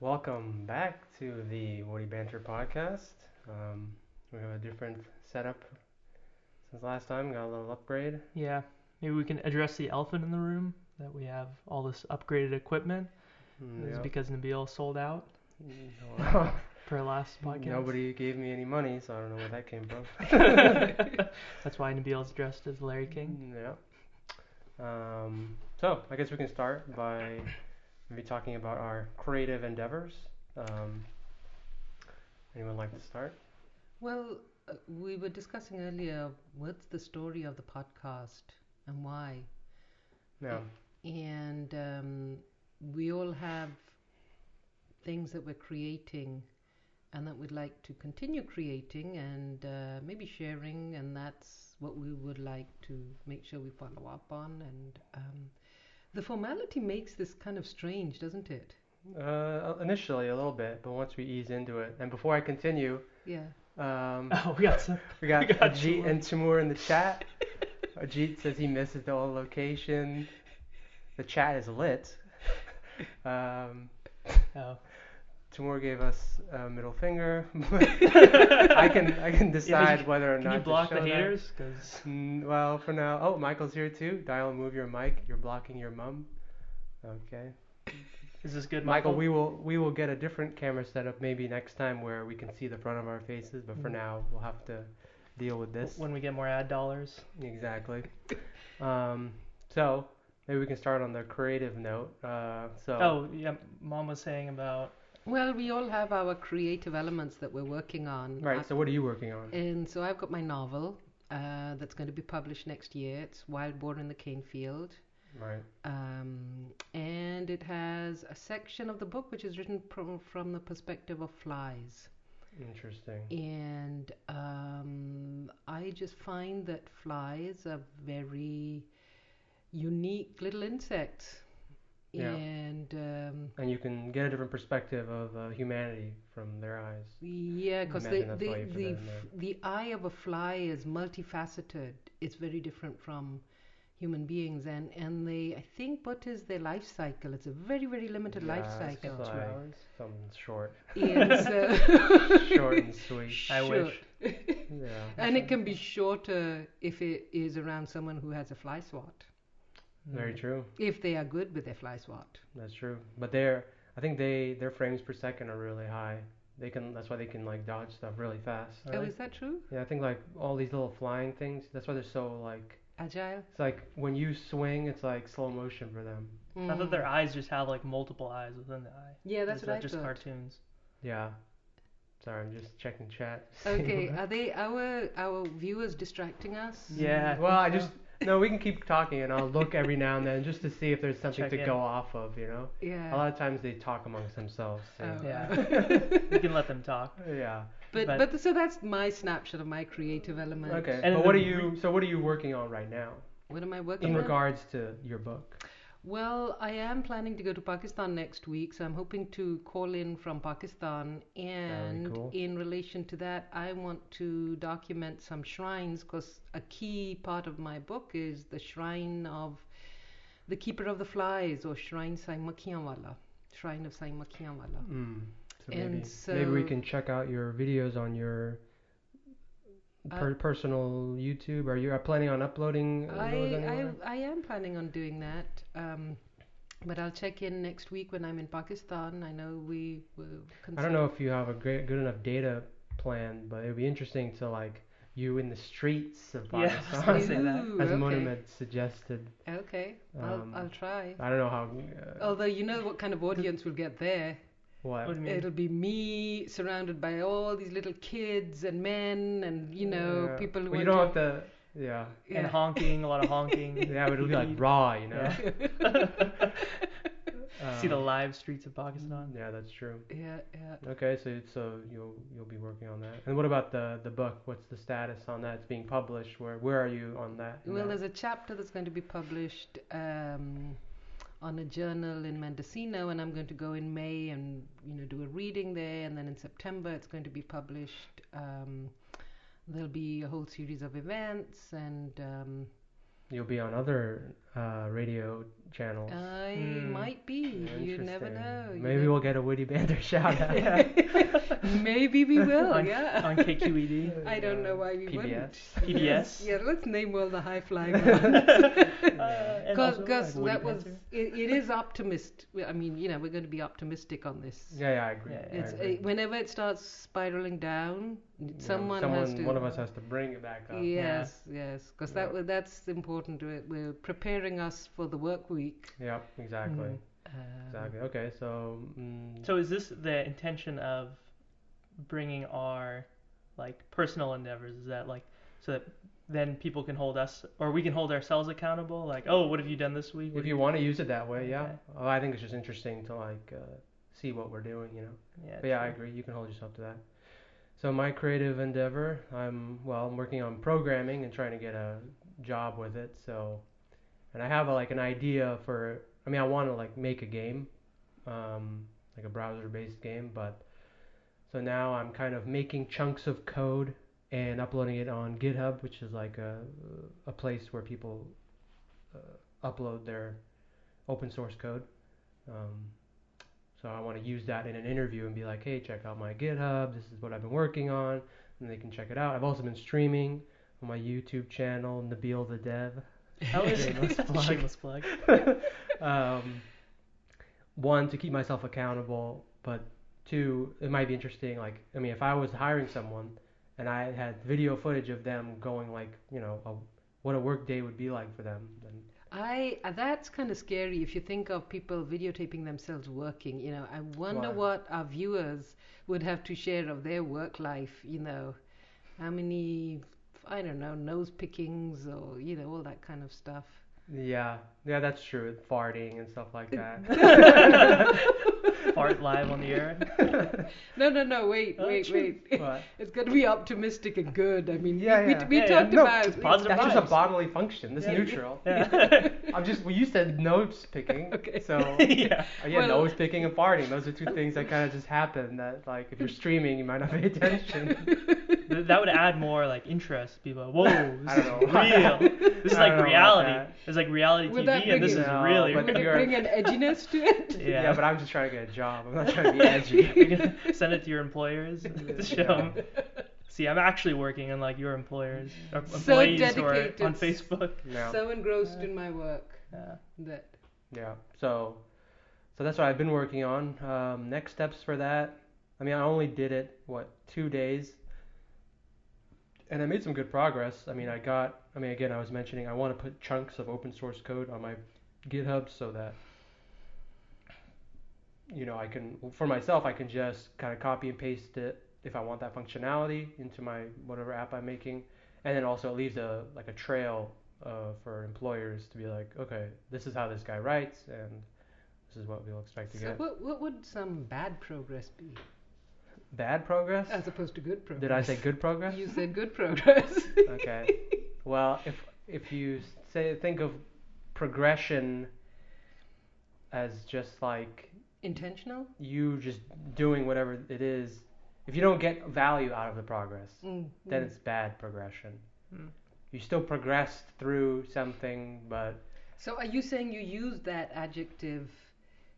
Welcome back to the Woody Banter podcast. Um, we have a different setup since last time. Got a little upgrade. Yeah, maybe we can address the elephant in the room that we have all this upgraded equipment. Mm, This is yep. because Nabil sold out No- for our last podcast. Mm, Nobody gave me any money, so I don't know where that came from. That's why Nabil's dressed as Larry King. Yeah. Mm, Um, so I guess we can start by maybe talking about our creative endeavors. Um, anyone like to start? Well, uh, we were discussing earlier what's the story of the podcast and why. No. And um, we all have things that we're creating and that we'd like to continue creating and uh, maybe sharing, and that's what we would like to make sure we follow up on. And um, the formality makes this kind of strange, doesn't it? Uh, initially a little bit, but once we ease into it, and before I continue, Yeah. um, Oh, we got some. we got, We got Ajit Timur. and Timur in the chat. Ajit says he misses the old location. The chat is lit. Um, Oh, Timur gave us a middle finger. I can I can decide whether or can not you block to the show that. haters? Because Mm, well, for now. Oh, Michael's here too. Dial, move your mic. You're blocking your mum. Okay. is this good, Michael, Michael? we will we will get a different camera setup maybe next time where we can see the front of our faces, but for Mm. now we'll have to deal with this. when we get more ad dollars. Exactly. Um, so maybe we can start on the creative note. Uh, so Oh, yeah. Mom was saying about Well, we all have our creative elements that we're working on. right. So what are you working on? And so I've got my novel uh, that's going to be published next year. It's Wild Boar in the Cane Field. Right. Um, and it has a section of the book which is written from, from the perspective of flies. Interesting. And um, I just find that flies are very unique little insects. Yeah. And um, And you can get a different perspective of uh, humanity from their eyes. Yeah, because the Imagine that's why the you put the, that in f- the eye of a fly is multifaceted. It's very different from human beings, and and they I think what is their life cycle? It's a very very limited life Yeah, it's cycle. uh, two Like- hours. Something short, And so, short and sweet. I wish. Yeah. and it can be shorter if it is around someone who has a fly swat, Very Mm. true. if they are good with their fly swat. That's true. But they're I think they their frames per second are really high. They can that's why they can like dodge stuff really fast. Oh, Really? is that true? Yeah, I think like all these little flying things, that's why they're so like Agile. it's like when you swing it's like slow motion for them. I thought their Mm. eyes just have like multiple eyes within the eye. Yeah, is that's what that I just thought. cartoons? Yeah. Sorry, I'm just checking chat. Okay, uh, are they our our viewers distracting us? Yeah. I well, I think just so. no, we can keep talking and I'll look every now and then just to see if there's something Check to in. go off of, you know. Yeah. A lot of times they talk amongst themselves. so- Oh. Yeah. we can let them talk. Yeah. But, But- but so that's my snapshot of my creative element. Okay. And but what are the you so what are you working on right now? What am I working in on? regards to your book. Well, I am planning to go to Pakistan next week, so I'm hoping to call in from Pakistan. And cool. in relation to that, I want to document some shrines because a key part of my book is the shrine of the keeper of the flies or shrine Sai Makianwala, shrine of Sai Makianwala. Mm. So And maybe, maybe we so- can check out your videos on your Uh, per- personal YouTube. Are you are planning on uploading uh, those I, anywhere? I, I am planning on doing that. Um, but I'll check in next week when I'm in Pakistan. I know we were. I, don't know if you have a great, good enough data plan, but it would be interesting to like you in the streets of Yeah, I was Pakistan, gonna say that. Ooh, as okay. Monument suggested. Okay, Um, I'll, I'll try. I don't know how. Uh, Although you know what kind of audience we'll get there. what? What do you mean? It'll be me surrounded by all these little kids and men and you know Yeah. people who Well, you don't want have to. Yeah. to- And Yeah. honking, a lot of honking. Yeah, but it'll be like raw, you know. Um, Yeah. See the live streets of Pakistan. Yeah, that's true. Yeah, yeah. Okay, so so you'll you'll be working on that. And what about the the book? What's the status on that? It's being published. Where where are you on that? in Well, that? there's a chapter that's going to be published um, on a journal in Mendocino, and I'm going to go in May and you know do a reading there, and then in September it's going to be published. Um, there'll be a whole series of events, and um, you'll be on other uh, radio channels. I Hmm. might be. You never Interesting. know. You Maybe never- we'll get a Witty Banter shout out. yeah. Maybe we will. on, yeah. on E KQED. I don't know why we wouldn't. PBS. PBS. Yeah, let's name all the high flying ones. and also, Because like, that Woody was Panther. it, it is optimist. we- I mean, you know, we're going to be optimistic on this. Yeah, yeah, I agree. Yeah, I It's agree. uh, whenever it starts spiraling down, Yeah, someone, has to. one of us has to bring it back up. Yes, yes, because Yeah. that that that's important. We're, we're preparing us for the work week. Yep, exactly. Mhm. Um, Exactly. Okay, so mm, So is this the intention of bringing our like personal endeavors? Is that like so that then people can hold us or we can hold ourselves accountable? Like, oh, what have you done this week? What if have you want to use it that way, yeah. Okay. Well, I think it's just interesting to like uh, see what we're doing, you know. yeah, But yeah, I true. agree. You can hold yourself to that. So my creative endeavor, I'm well, I'm working on programming and trying to get a job with it. So, and I have like an idea for. I mean, I want to like make a game, um, like a browser-based game. But so now I'm kind of making chunks of code and uploading it on GitHub, which is like a a place where people uh, upload their open source code. Um, so I want to use that in an interview and be like, hey, check out my GitHub. This is what I've been working on, and they can check it out. I've also been streaming on my YouTube channel, Nabil the Dev. Oh, is Shameless plug. shameless plug. um, one to keep myself accountable, but two, it might be interesting. Like, I mean, if I was hiring someone and I had video footage of them going, like, you know, a, what a work day would be like for them, then I uh, that's kind of scary if you think of people videotaping themselves working. You know, I wonder Why? what our viewers would have to share of their work life. You know, how many I don't know nose pickings or you know all that kind of stuff. yeah, yeah, that's true. Farting and stuff like that. Fart live on the air. No, no, no. Wait, Oh, wait, true. wait. But It's got to be optimistic and good. I mean, Yeah, we, yeah. we, we Yeah, yeah. talked No, about it's positive that's just a Vibes. bodily function. That's Yeah. neutral. Yeah. I'm just we used to nose picking. Okay. So yeah. Uh, Yeah, Well- nose picking and farting. Those are two things that kind of just happen. That like if you're streaming, you might not pay attention. Th- that would add more like interest. People, whoa, this I is don't know. real. This is I like don't know about reality. that. It's like reality Would that TV, and this bring is it- No, really. but Would it you're- bring an edginess to it? yeah. yeah, but I'm just trying to get a job. I'm not trying to be edgy. You're gonna send it to your employers to show 'em. See, I'm actually working on like your employers, or So employees, or on dedicated. Facebook. No. So engrossed in my work Yeah. that yeah. So, so that's what I've been working on. Um, next steps for that. I mean, I only did it what two days, and I made some good progress. I mean, I got. I mean, again, I was mentioning I want to put chunks of open source code on my GitHub so that you know I can for myself I can just kind of copy and paste it if I want that functionality into my whatever app I'm making, and then also it leaves a like a trail uh, for employers to be like, okay, this is how this guy writes, and this is what we'll expect to So get. what, what would some bad progress be Bad progress? as opposed to good progress? Did I say good progress? You said good progress. okay. Well, if if you say think of progression as just like Intentional? you just doing whatever it is, if you don't get value out of the progress, Mm. then it's bad progression. Mm. You still progressed through something, but So are you saying you used that adjective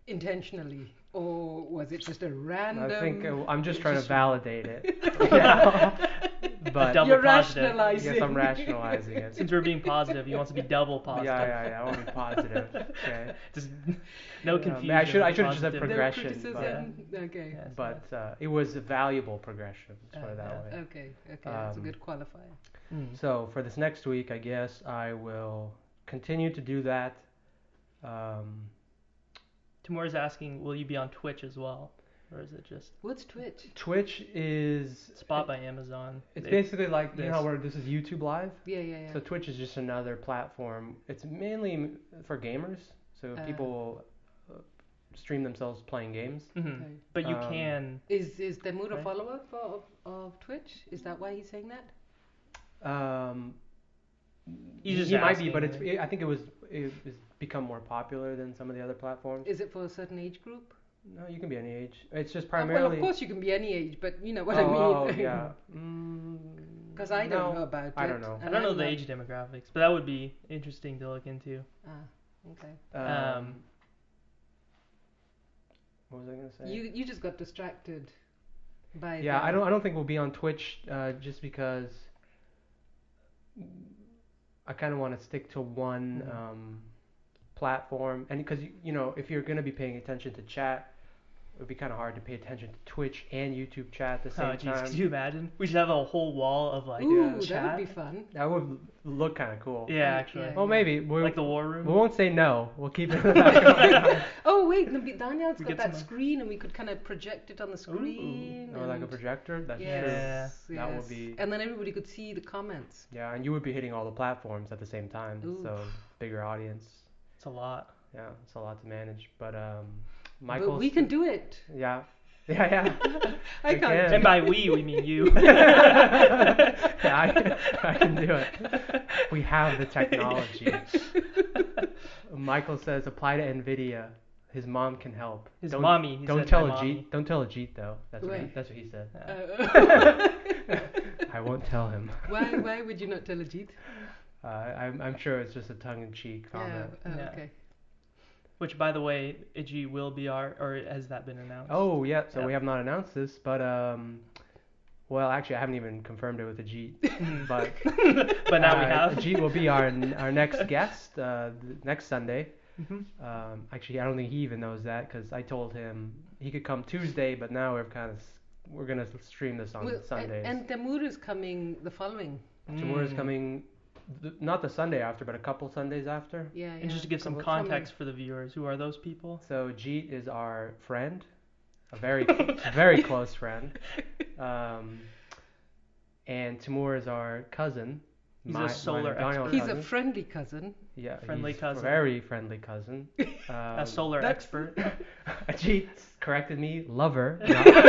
intentionally, or was it just a random? I think uh, I'm just trying just- to validate it. you know? But Double You're positive. rationalizing. yes, I'm rationalizing it. Since we're being positive, you want to be double positive. Yeah, yeah, yeah. I want to be positive. Okay. Just no Yeah, I mean, I confusion. should- I should have just said positive. The progression, criticism. Okay. Yes, But uh, it was a valuable progression. Let's put it that Uh, way. Okay. Okay. That's a Um, good qualifier. yes. Mm. So for this next week, I guess I will continue to do that. Um, Timur's asking, will you be on Twitch as well, or is it just What's Twitch? Twitch is Spot by Amazon? It's They- basically like you know how Yes. we're, this is YouTube Live. Yeah, yeah, yeah. So Twitch is just another platform. It's mainly m- for gamers. So Uh. people will uh, stream themselves playing games. Mhm. Okay. But you Um, can. Is is Demur a Right. follower for, of, of Twitch? Is that why he's saying that? Um, He's just he might be, but it's. asking, It, I think it was. It, it's become more popular than some of the other platforms. Is it for a certain age group? No, you can be any age. It's just Uh, primarily. Well, of course you can be any age, but you know what oh, I mean. oh, yeah. Mm, Because I don't No, know about it. I don't know. I and don't know I'm the not- age demographics, but that would be interesting to look into. Ah, okay. Um, what was I gonna say? You you just got distracted by. yeah, the- I don't. I don't think we'll be on Twitch uh, just because I kind of want to stick to one Mm-hmm. Mhm. um, platform, and because you, you know, if you're gonna be paying attention to chat, it would be kind of hard to pay attention to Twitch and YouTube chat at the same Oh, jeez, time. could you imagine? We should have a whole wall of like uh, yeah, Ooh, that chat. would be fun. That would look kind of cool. yeah, actually, Yeah. Well, maybe we like the war room. we won't say no. We'll keep it. in the back of our mind. Oh wait, no, but Danielle's We got get that some- screen, and we could kind of project it on the screen. or like a and- projector. That's Yeah. true. yes, That would yes. be- And then everybody could see the comments. Yeah, and you would be hitting all the platforms at the same time, Ooh. so bigger audience. It's a lot. Yeah, it's a lot to manage, but um, Michael's. But we can do it. Yeah, yeah, yeah. I We can't. can. And by we, we mean you. Yeah, I, can- I can do it. We have the technology. Michael says apply to Nvidia. His mom can help. His don't, mommy. He Don't said tell my Ajit. Don't tell Ajit though. That's what, he, Wait. that's what he said. mommy. Yeah. Uh, I won't tell him. why why would you not tell Ajit? Uh, I'm, I'm sure it's just a tongue-in-cheek Yeah. comment. Oh, Yeah. Okay. Which, by the way, Iji will be our, or has that been announced? Oh yeah, so Yeah. we have not announced this, but um, well, actually, I haven't even confirmed it with Ajit, but Mm-hmm. but now we uh, have. Ajit will be our our next guest uh, th- next Sunday. Mhm. Um, actually, I don't think he even knows that because I told him he could come Tuesday, but now we're kind of we're gonna stream this on Well, and- Sundays. And, Tamur is coming the following. Tomorrow's Mm. coming, th- not the Sunday after, but a couple Sundays after. Yeah. And just to yeah. give some Coming. context for the viewers, who are those people? So Jeet is our friend, a very very close friend, um, and Timur is our cousin. He's a solar Daniel's expert. He's a cousin. friendly cousin. yeah, friendly he's cousin. very friendly cousin. Um, a solar that's- expert. Jeet corrected me, lover. not-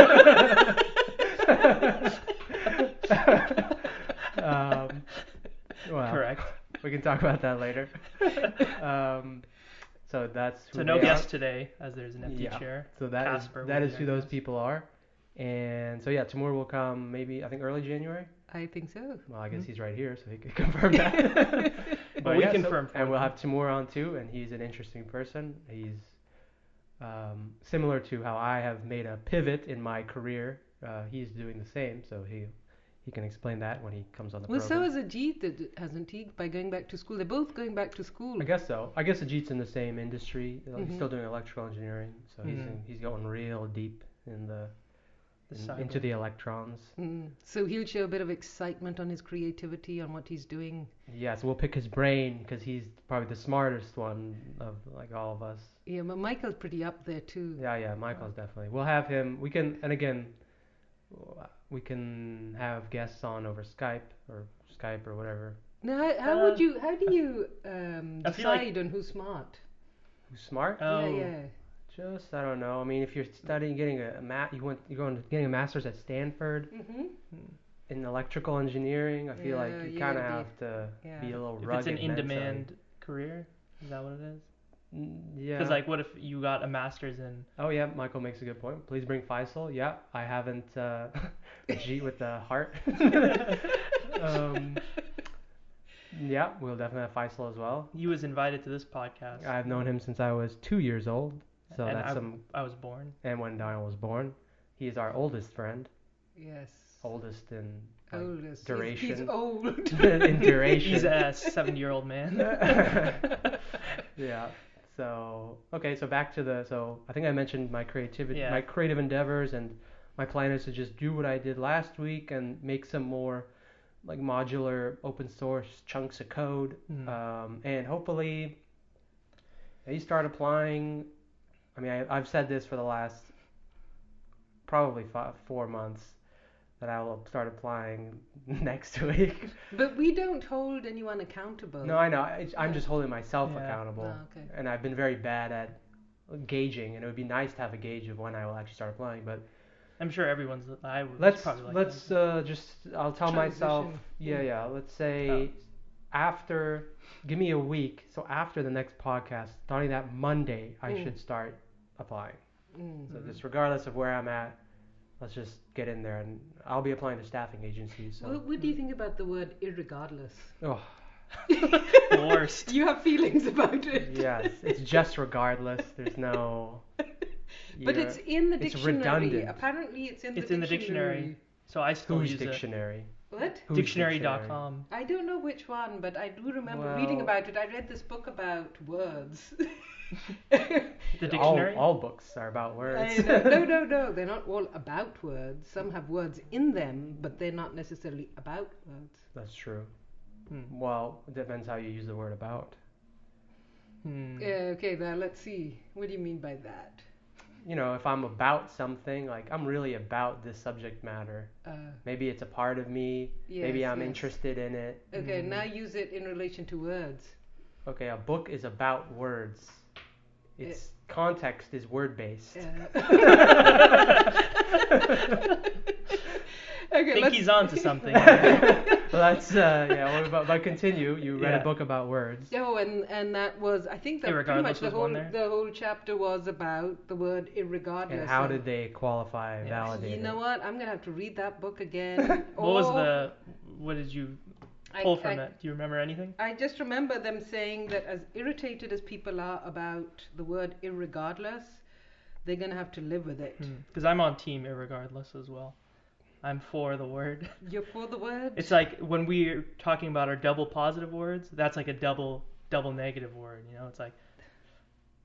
um, well, Correct. we can talk about that later. Um, so that's who So no they are. guest today, as there's an empty Yeah. chair. So that is Casper that will is be who our those guest. people are. And so yeah, Timur will come maybe I think early January. I think so. Well, I guess Mhm. he's right here, so he can confirm that. but we yeah, so- confirmed for and we'll him. have Timur on too, and he's an interesting person. He's um, similar to how I have made a pivot in my career. Uh, he's doing the same, so he he can explain that when he comes on the Well, so program. is Ajit, that hasn't he? By going back to school, they're both going back to school. I guess so. I guess Ajit's in the same industry. Uh, He's Mhm. still doing electrical engineering, so he's Mhm. in, he's going real deep in the The in- cyber. into the electrons. Mm. So he'll show a bit of excitement on his creativity, on what he's doing. Yeah, so we'll pick his brain because he's probably the smartest one of like all of us. Yeah, but Michael's pretty up there too. Yeah, yeah, Michael's definitely. We'll have him. We can, and again, we can have guests on over Skype or Skype or whatever. Now, how, how Uh, would you? How do you um, I feel like- decide on who's smart? Who's smart? Oh, Yeah, yeah. Just I don't know. I mean, if you're studying, getting a, a mat, you went, you're going, to- getting a master's at Stanford Mm-hmm. Hmm. in electrical engineering. I feel like Yeah, you you kind of gotta be- have to yeah. be a little if rugged. it's an mentally. in-demand career, is that what it is? Mm, Yeah. Because like, what if you got a master's in? Oh yeah, Michael makes a good point. Please bring Faisal. Yeah, I haven't uh, G with the heart. um, yeah, we'll definitely have Faisal as well. He was invited to this podcast. I've known him since I was two years old, so and that's I, some. I was born. And when Daniel was born, he is our oldest friend, Yes. oldest in like, Oldest. He's- He's, duration. old. in duration. Oh. He's a seventy-year-old man. Uh, yeah. So okay, so back to the so I think I mentioned my creativity, Yeah. my creative endeavors, and my plan is to just do what I did last week and make some more like modular open source chunks of code, Mm. um, and hopefully they start applying. I mean, I, I've said this for the last probably five, four months that I will start applying next week. but we don't hold anyone accountable. No, I know. I, I'm just holding myself Uh-huh. Yeah. Uh-huh. accountable, Oh, okay. and I've been very bad at gauging. And it would be nice to have a gauge of when I will actually start applying. But I'm sure everyone's. I was let's probably like let's uh, just I'll tell myself, Transition. yeah, yeah. Let's say Oh. after, give me a week. So after the next podcast, starting that Monday, I Mm. should start applying. Mm. So Mhm. just regardless of where I'm at, let's just get in there and I'll be applying to staffing agencies. So What, what do you think about the word irregardless? oh Oh. Worst. You have feelings about it. yes, it's just regardless. There's no. But you're- it's in the it's dictionary. redundant. Apparently, it's in the It's in the dictionary. So I still who's use it. dictionary? What? Who's Dictionary.com. I don't know which one, but I do remember reading Well- about it. I read this book about words. The All- dictionary. All, books are about I words. know. no, no, no. They're not all about words. Some have words in them, but they're not necessarily about words. That's true. Hmm. Well, it depends how you use the word about. Hmm. Yeah, okay, now let's see. What do you mean by that? You know, if I'm about something, like I'm really about this subject matter. Uh, Maybe it's a part of me. Maybe yes, I'm yes. interested in it. Okay, Mm. now use it in relation to words. Okay, a book is about words. Its context is word based. Uh, I okay, think let's, he's onto something. That's uh, yeah. Well, but, but continue. You read Yeah. a book about words. Oh, and and that was I think that pretty Irregardless much the was whole one there? the whole chapter was about the word irregardless. And how and- did they qualify, Yeah. validate? you it? know what? I'm gonna have to read that book again. What was or the? What did you I- pull from I, that? Do you remember anything? I just remember them saying that as irritated as people are about the word irregardless, they're going to have to live with it. Because I'm on team irregardless as well. I'm for the word. You're for the word? Hmm. It's like when we're talking about our double positive words, that's like a double double negative word. You know, it's like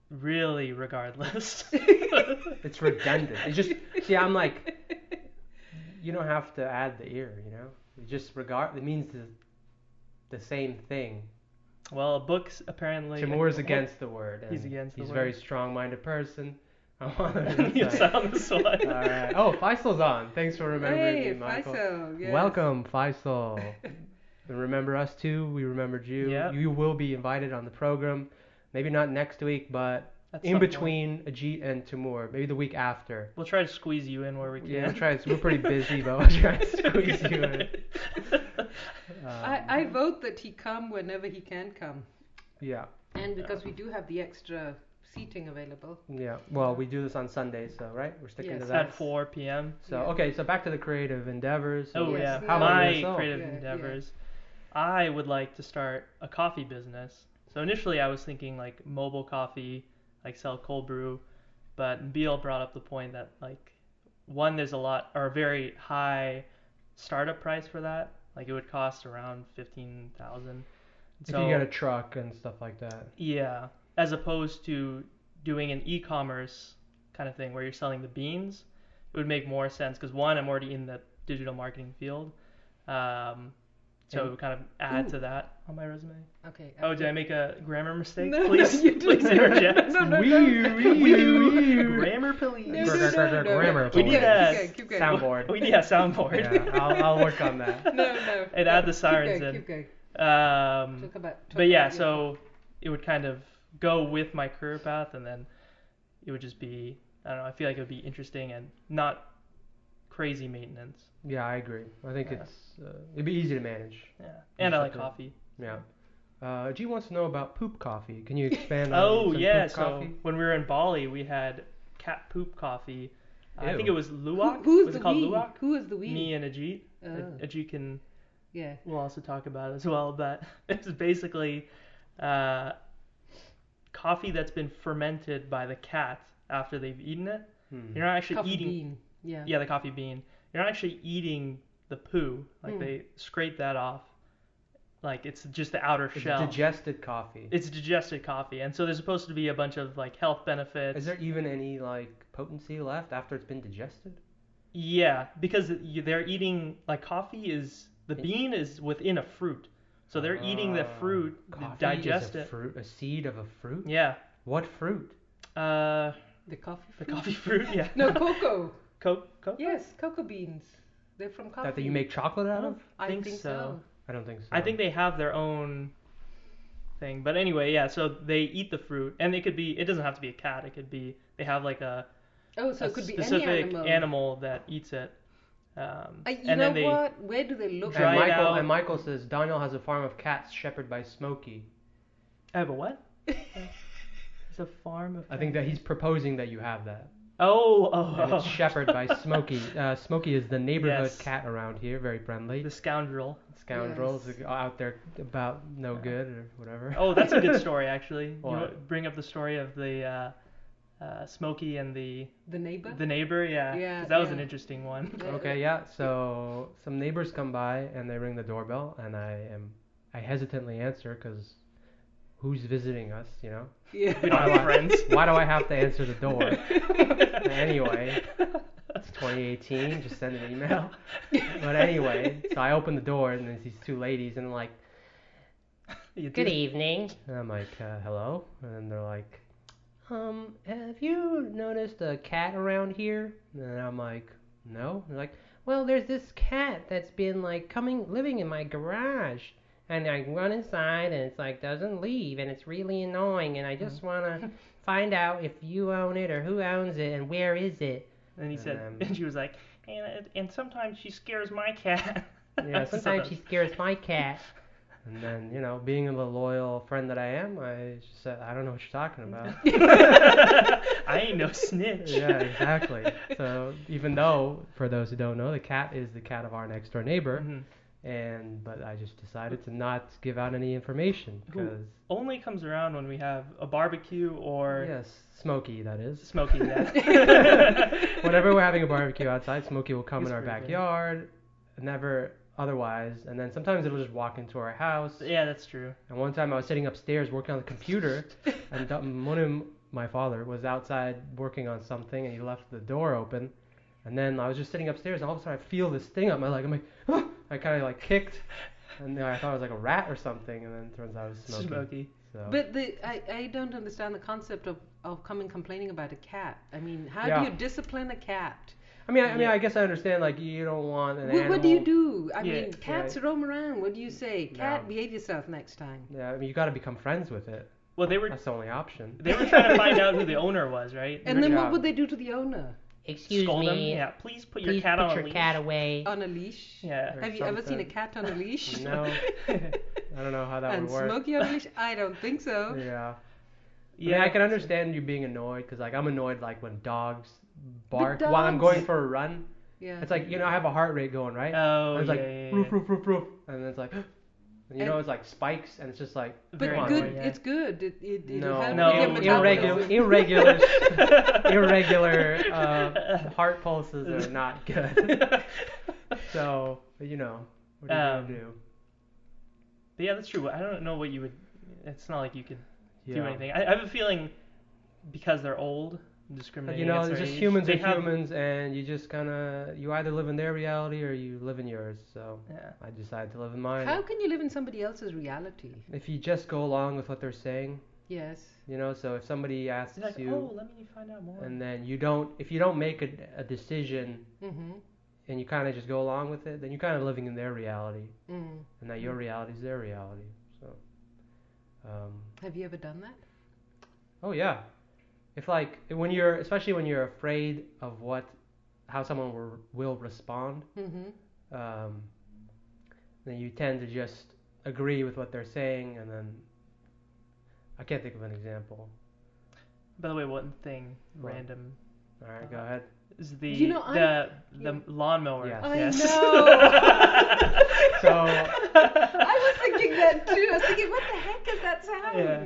really regardless. It's redundant. It's just see, I'm like, you don't have to add the ear. You know, it just regard. It means the, the same thing. well, a book's apparently. Timur's against the word. He's and against the He's a word. very strong-minded person. I'm on You the sound this one. All right. Oh, Faisal's on. Thanks for remembering hey, me, Michael. Faisal, yes. Welcome, Faisal. and remember us too. We remembered you. Yep. You will be invited on the program. Maybe not next week, but At in some point. between Ajit and Timur, maybe the week after. We'll try to squeeze you in where we can. Yeah, we'll try. We're pretty busy, but we'll try to squeeze you in. Um, I, I vote that he come whenever he can come. yeah, And because we do have the extra seating available. yeah. Well, we do this on Sundays, so right? We're sticking to Yes. that. At 4 p.m. So Yeah. okay, so back to the creative endeavors. Oh Yes, yeah, How about my yourself? creative Yeah, yeah. endeavors. I would like to start a coffee business. So initially, I was thinking like mobile coffee, like sell cold brew, but Beal brought up the point that like one, there's a lot or a very high startup price for that. Like it would cost around fifteen thousand. If you get a truck and stuff like that. Yeah, as opposed to doing an e-commerce kind of thing where you're selling the beans, it would make more sense because one, I'm already in the digital marketing field, um, so it would kind of add to that on my resume. Okay. Oh, did I make a grammar mistake? No, no, please, you please didn't. interject. No, no, Wee, no. wee, wee. grammar, please. No, Gr- gr- no, no, gr- no, no. grammar Keep police. going, Yes. Keep going. Keep Soundboard. We need a soundboard. yeah, I'll, I'll work on that. going. No, no. And add the Keep sirens going, in. Keep going. Um, Talk about. talk but yeah, about your- so it would kind of go with my career path, and then it would just be I don't know. I feel like it would be interesting and not crazy maintenance. Yeah, I agree. I think Yeah. it's uh, it'd be easy to manage. Yeah, and I like Exactly. coffee. Yeah. Uh, G wants to know about poop coffee. Can you expand on oh some yeah, poop so coffee? when we were in Bali, we had cat poop coffee. I think it Ew. was luwak. Who, who's was the it called we? luwak? Who is the we? Me uh, and Ajit. Oh, Ajit can yeah. we'll also talk about it as well. But it's basically uh, coffee that's been fermented by the cat after they've eaten it. Hmm. You're not actually Coffee eating bean. Yeah. yeah, the coffee bean. You're not actually eating the poo. Like Mm. they scrape that off. Like it's just the outer It's shell. digested coffee. it's digested coffee, and so there's supposed to be a bunch of like health benefits. Is there even any like potency left after it's been digested? Yeah, because you- they're eating like coffee is the It- bean is within a fruit, so they're eating the Ah, fruit, Coffee digest is a it. fruit, a seed of a fruit. Yeah, What fruit? uh, The coffee. the fruit? coffee fruit. Yeah, No, cocoa. coke, coke. yes, cocoa beans. They're from coffee. That, that you make chocolate I out don't of? I think so. I don't think so. I think they have their own thing. But anyway, yeah, so they eat the fruit and it could be it doesn't have to be a cat, it could be they have like a, Oh, so a it could be specific any animal. that eats it. Um Uh, you and know then they what? Where do they look? and dry it at? Michael out. and Michael says Daniel has a farm of cats shepherded by Smokey. I have a what? it's a farm of I think that cats. he's proposing that you have that. Oh, oh, and it's oh. shepherded by Smokey. Uh, Smokey is the neighborhood Yes. cat around here, very friendly. the scoundrel. Scoundrels Yes. are out there about no Yeah. good or whatever. Oh, that's a good story actually. You What? know, bring up the story of the uh, uh, Smokey and the The neighbor? the neighbor. Yeah, Yeah, 'cause that was yeah. an interesting one. The- Okay, yeah. So some neighbors come by and they ring the doorbell, and I am I hesitantly answer because who's visiting us? You know, Yeah. We don't Why have do I- friends. why do I have to answer the door? anyway, it's 2018. Just send an email. But anyway, so I open the door and there's these two ladies and like, You good do- evening. And I'm like, uh, hello. And they're like, um, have you noticed a cat around here? And I'm like, no. They're like, well, there's this cat that's been like coming, living in my garage. And I run inside and it's like doesn't leave and it's really annoying and I just want to find out if you own it or who owns it and where is it. And he And, said, um, and she was like, and and sometimes she scares my cat. Yeah, So sometimes that- she scares my cat. And then, you know, being the loyal friend that I am, I just said, I don't know what you're talking about. I ain't no snitch. yeah, exactly. So even though, for those who don't know, the cat is the cat of our next door neighbor, Mhm. and but I just decided to not give out any information Who- because Only comes around when we have a barbecue or yes, Smokey that is. Smokey. Yeah. Whenever we're having a barbecue outside, Smokey will come He's in our pretty good. backyard. Never otherwise, and then sometimes it'll just walk into our house. yeah, that's true. And one time I was sitting upstairs working on the computer, and th- one of m- my father was outside working on something, and he left the door open. And then I was just sitting upstairs, and all of a sudden I feel this thing up my leg. I'm like, "Huh!" I kind of like kicked, and then I thought it was like a rat or something, and then it turns out it was smoking. Smokey. So But the, I, I don't understand the concept of, of coming complaining about a cat. I mean, how Yeah. do you discipline a cat? I mean, I, I mean, Yeah. I guess I understand. Like you don't want an Wh- What, animal. do you do? I Yeah, mean, cats roam around. What do you say? Cat, No. behave yourself next time. Yeah, I mean, you got to become friends with it. Well, they were That's the only option. they were trying to find out who the owner was, right? And then job. what would they do to the owner? Excuse Scold him. me. Yeah, please put your Please cat put on your a leash. cat away. On a leash? Yeah. Or Have you ever seen a something. cat on a leash? No, I don't know how that and would work. Smokey on a leash? I don't think so. Yeah. Yeah, I, Yeah. can understand you being annoyed because like I'm annoyed like when dogs bark The while I'm dogs- going for a run. Yeah. It's like you know I have a heart rate going right. Oh, And it's yeah, like yeah, yeah. roof roof roof roof, and then it's like, and you know And- it's like spikes and it's just like Very but on, good, wait. annoying, it's good. It, it, it'll no, help No, with your ir- no. irregular metabolism. irregular irregular uh, heart pulses are not good. yeah. So you know what are you Um, gonna do? But yeah, that's true. I don't know what you would. It's not like you could Yeah. do anything. I, I have a feeling because they're old, Like, discriminating. you know, against it's their just age, humans they are have- humans, and you just kind of you either live in their reality or you live in yours. So Yeah. I decided to live in mine. How can you live in somebody else's reality? if you just go along with what they're saying, Yes. you know, so if somebody asks They're like, you oh, let me find out more. and then you don't, if you don't make a, a decision Mm-hmm. and you kind of just go along with it, then you're kind of living in their reality Mm. and that Mm-hmm. your reality is their reality. So, um, Have you ever done that? oh yeah. If like, when you're, especially when you're afraid of what, how someone will, will respond, Mm-hmm. um, then you tend to just agree with what they're saying and then, I can't think of an example. By the way, one thing What? random All right, go Uh, Uh-huh. ahead. is the You know, I- the the lawnmower. Yes. I Yes. know. So I was thinking that too. I was thinking, what the heck is that sound? Yeah.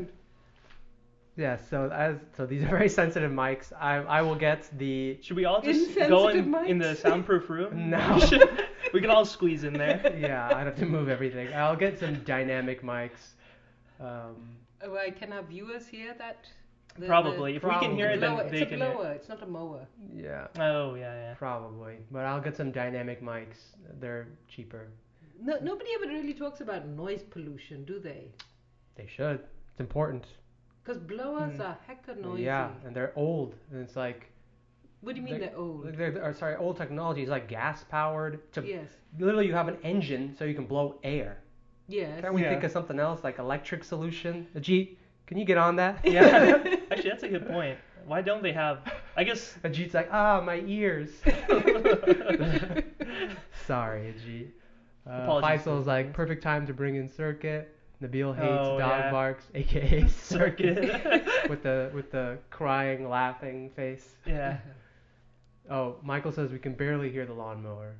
Yeah, so as so these are very sensitive mics. I I will get the Should we all just go Insensitive in, in the mics. soundproof room? No. We, should- we can all squeeze in there. yeah, I'd have to move everything. I'll get some dynamic mics. Um Oh, why, can our viewers hear that? The- the- Probably. If we can hear it, blower. then it's they a can hear. blower. It's not a mower. yeah, Oh yeah, probably. But I'll get some dynamic mics. They're cheaper. No, nobody ever really talks about noise pollution, do they? They should. It's important. Because blowers Mm. are hecka noisy. Yeah, and they're old. And it's like What do you mean They- they're, old? like they're or sorry, old technology is like gas powered. To yes. literally you have an engine so you can blow air. Yes. Can't we Yeah. think of something else like electric solution? Ajit, can you get on that? yeah. Yeah. Actually, that's a good point. Why don't they have? I guess Ajit's like, ah, my ears. Sorry, Ajit. Uh, Apologies for Faisal's the like, noise. perfect time to bring in Circuit. Nabil hates Oh, dog yeah. barks, aka Circuit, circuit. with the with the crying, laughing face. yeah. Oh, Michael says we can barely hear the lawnmower.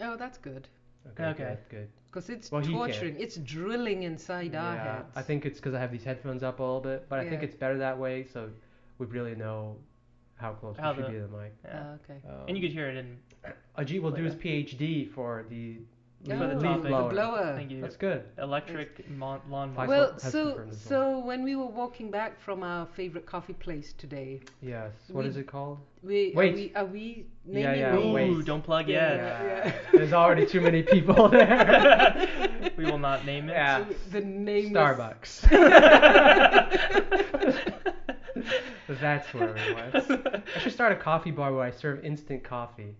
Oh, that's good. Okay, Okay. good, good. Because it's Well, he can't. torturing. It's drilling inside our Yeah, heads. I think it's because I have these headphones up a little bit, but I think Yeah. it's better that way, so we really know how close How we should the- be to the mic. Yeah. Oh, okay. Um, and you could hear it in. Ajit will do his Yeah. PhD for the Oh, For the leaf topic. the blower. blower. Thank you. That's good. Electric mon- lawnmower. Faisal Well, has so confirmed as so when we were walking back from our favorite coffee place today, Yes. What We- is it called? we Wait. are we are we naming Yeah, yeah, names? wait. Ooh, don't plug yet. Yeah, yeah. There's already too many people there. we will not name it. Yeah. So the name Starbucks. That's where it was. I should start a coffee bar where I serve instant coffee.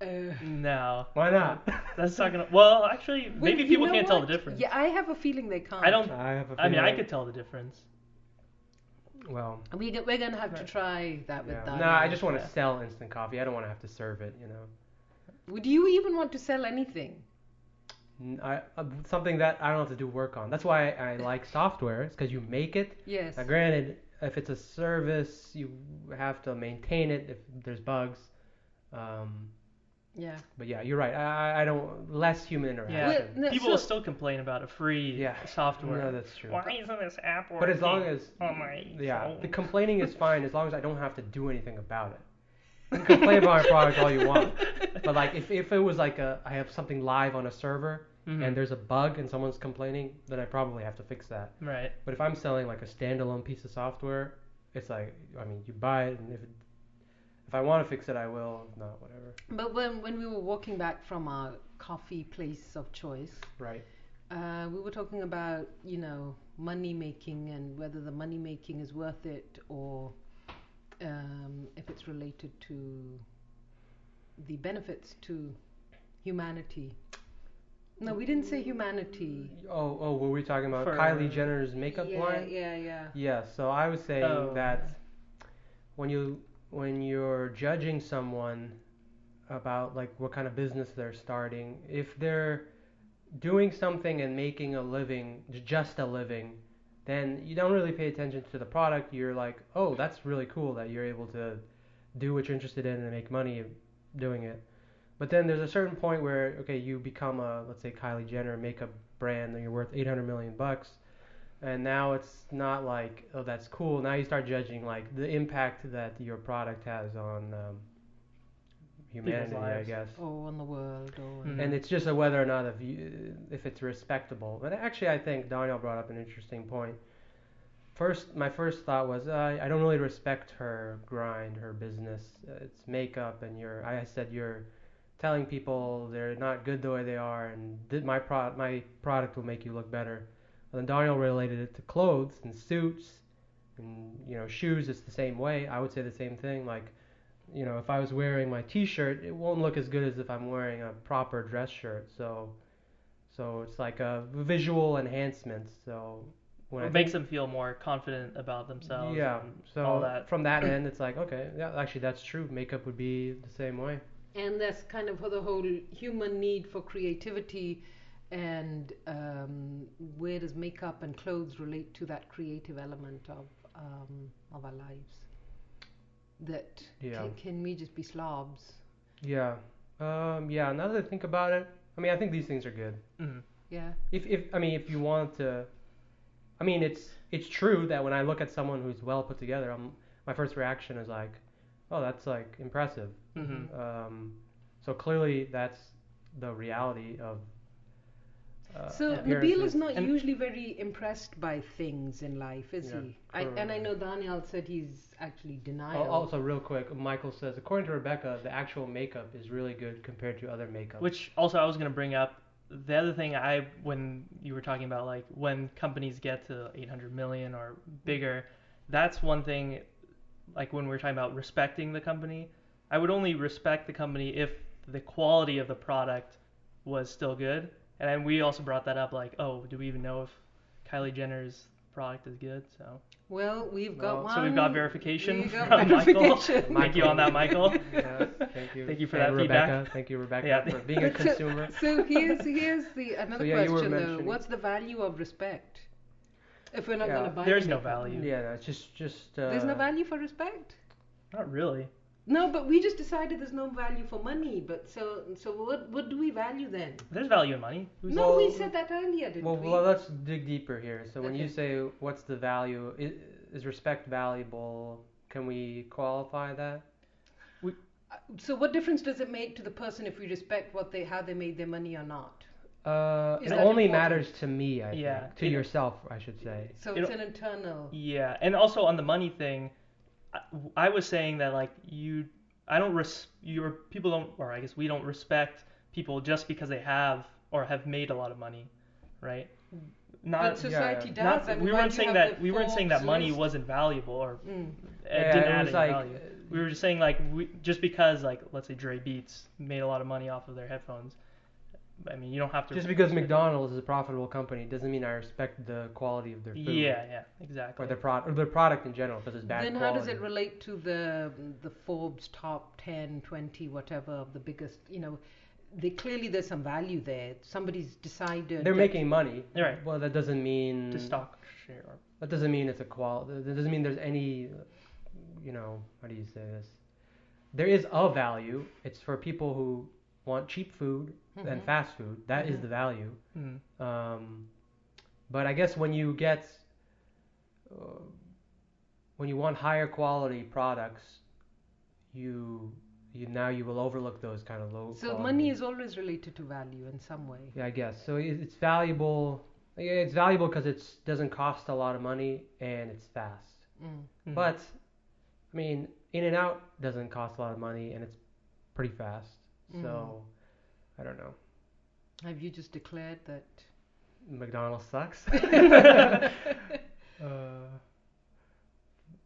Uh, No, Why not? that's not gonna. Well, actually, wait, maybe you people know can't tell the what? difference. Yeah, I have a feeling they can't. I don't. I have a I mean, I feeling- could tell the difference. Well, We g- we're gonna have to Right. try that with yeah. that. no, I just want to yeah. sell instant coffee. I don't want to have to serve it, you know. Would you even want to sell anything? N- I, uh, something that I don't have to do work on. That's why I, I like software, because you make it. Yes. Now, granted, if it's a service, you have to maintain it if there's bugs. Um, Yeah. but yeah, you're right. I, I- I don't less human Yeah. interaction. Well, no, people so- will still complain about a free Yeah. software. No, that's true. Why isn't this app working? But as long as on my yeah, phone. the complaining is fine as long as I don't have to do anything about it. You can complain about my product all you want, but like if, if it was like a I have something live on a server Mhm. and there's a bug and someone's complaining, then I probably have to fix that. right, But if I'm selling like a standalone piece of software, it's like I mean you buy it and if it, if I want to fix it I will. If not, whatever. But when when we were walking back from our coffee place of choice, Right. uh, we were talking about you know money making and whether the money making is worth it or um, if it's related to the benefits to humanity. No, we didn't say humanity. Oh oh, were we talking about For- Kylie Jenner's makeup yeah, line? Yeah, yeah. Yeah, so I was saying Oh. that when you when you're judging someone about like what kind of business they're starting, if they're doing something and making a living, j- just a living, then you don't really pay attention to the product. You're like, "Oh, that's really cool that you're able to do what you're interested in and make money doing it." But then there's a certain point where okay, you become a let's say Kylie Jenner makeup brand and you're worth 800 million bucks and now it's not like oh that's cool now you start judging like the impact that your product has on um, humanity i lives. guess Or on the world, or Mm. and it's just a whether or not if, you, if it's respectable but actually i think daniel brought up an interesting point first my first thought was uh, i don't really respect her grind her business Uh, it's makeup and you're i said you're telling people they're not good the way they are and did my pro- my product will make you look better and then daniel related it to clothes and suits and you know shoes it's the same way i would say the same thing like you know if i was wearing my t-shirt it won't look as good as if i'm wearing a proper dress shirt so so it's like a visual enhancement so when I it think- makes them feel more confident about themselves. yeah and so all that. from that end it's like okay yeah actually that's true makeup would be the same way and that's kind of the whole human need for creativity and um, where does makeup and clothes relate to that creative element of um, of our lives that ca- Yeah. can, we just be slobs yeah um yeah now that i think about it i mean i think these things are good Mhm. yeah if if I mean if you want to, I mean it's it's true that when I look at someone who's well put together, i my first reaction is like, oh that's like impressive. Mhm. Um, so clearly that's the reality of. Uh, so nabil appearances. is not And- usually very impressed by things in life is Yeah, he I, and i correct. know daniel said he's actually Al- denial Also, real quick, Michael says according to Rebecca, the actual makeup is really good compared to other makeup. Which also I was gonna bring up. The other thing I when you were talking about like when companies get to 800 million or bigger, that's one thing. Like when we were talking about respecting the company, I would only respect the company if the quality of the product was still good. And then we also brought that up like, oh, do we even know if Kylie Jenner's product is good? So well we've got Well, one so we've got verification we got from Michael. verification. Thank you on that, Michael. Yes, thank you. Thank you for And that feedback. Rebecca. Thank you, Rebecca, Yeah. for being a But uh, so- consumer. So here's here's the another yeah, you were question though. mentioning- What's the value of respect? If we're not Yeah, going to buy there's no anything? value. Yeah, no, it's just just. Uh, There's no value for respect. Not really. No, but we just decided there's no value for money. But so, so what, what do we value then? There's value in money. Who's- no, we Well- said that earlier, didn't Well, we? well, let's dig deeper here. So when you say Okay. what's the value, is, is respect valuable? Can we qualify that? Uh, so, what difference does it make to the person if we respect what they, how they made their money or not? Uh, Is it that only important? matters to me, I Yeah. think. To It- yourself, I should say. So You it's know- an internal. Yeah, and also on the money thing, I, I was saying that like you, I don't res your people don't, or I guess we don't respect people just because they have or have made a lot of money, right? Mm. But Not, society yeah. does. not I mean, we why weren't do you saying have that the Mm. we weren't saying that Forbes money list? wasn't valuable or Mm. it Yeah, didn't it add was any like, value. uh, We were just saying like we, just because like let's say Dre Beats made a lot of money off of their headphones. I mean, you don't have to Just because respect- McDonald's is a profitable company doesn't mean I respect the quality of their food. Yeah, yeah, Or exactly. their product, or their product in general, because it's bad Then how quality. does it relate to the the Forbes top 10, 20, whatever of the biggest? You know, they clearly there's some value there. Somebody's decided. They're that- making money. Right. Well, that doesn't mean to stock share or That doesn't mean it's a qual. That doesn't mean there's any, you know, how do you say this? There is a value. It's for people who want cheap food and Mhm. fast food. That is Mhm. the value. Mm. Um, but I guess when you get, uh, when you want higher quality products, you you now you will overlook those kind of low. So quality- money is always related to value in some way. yeah, I guess. So it- it's valuable. yeah, It's valuable because it doesn't cost a lot of money and it's fast. Mm. Mm. But I mean, In and Out doesn't cost a lot of money and it's pretty fast. So Hmm. I don't know. Have you just declared that? McDonald's sucks. uh,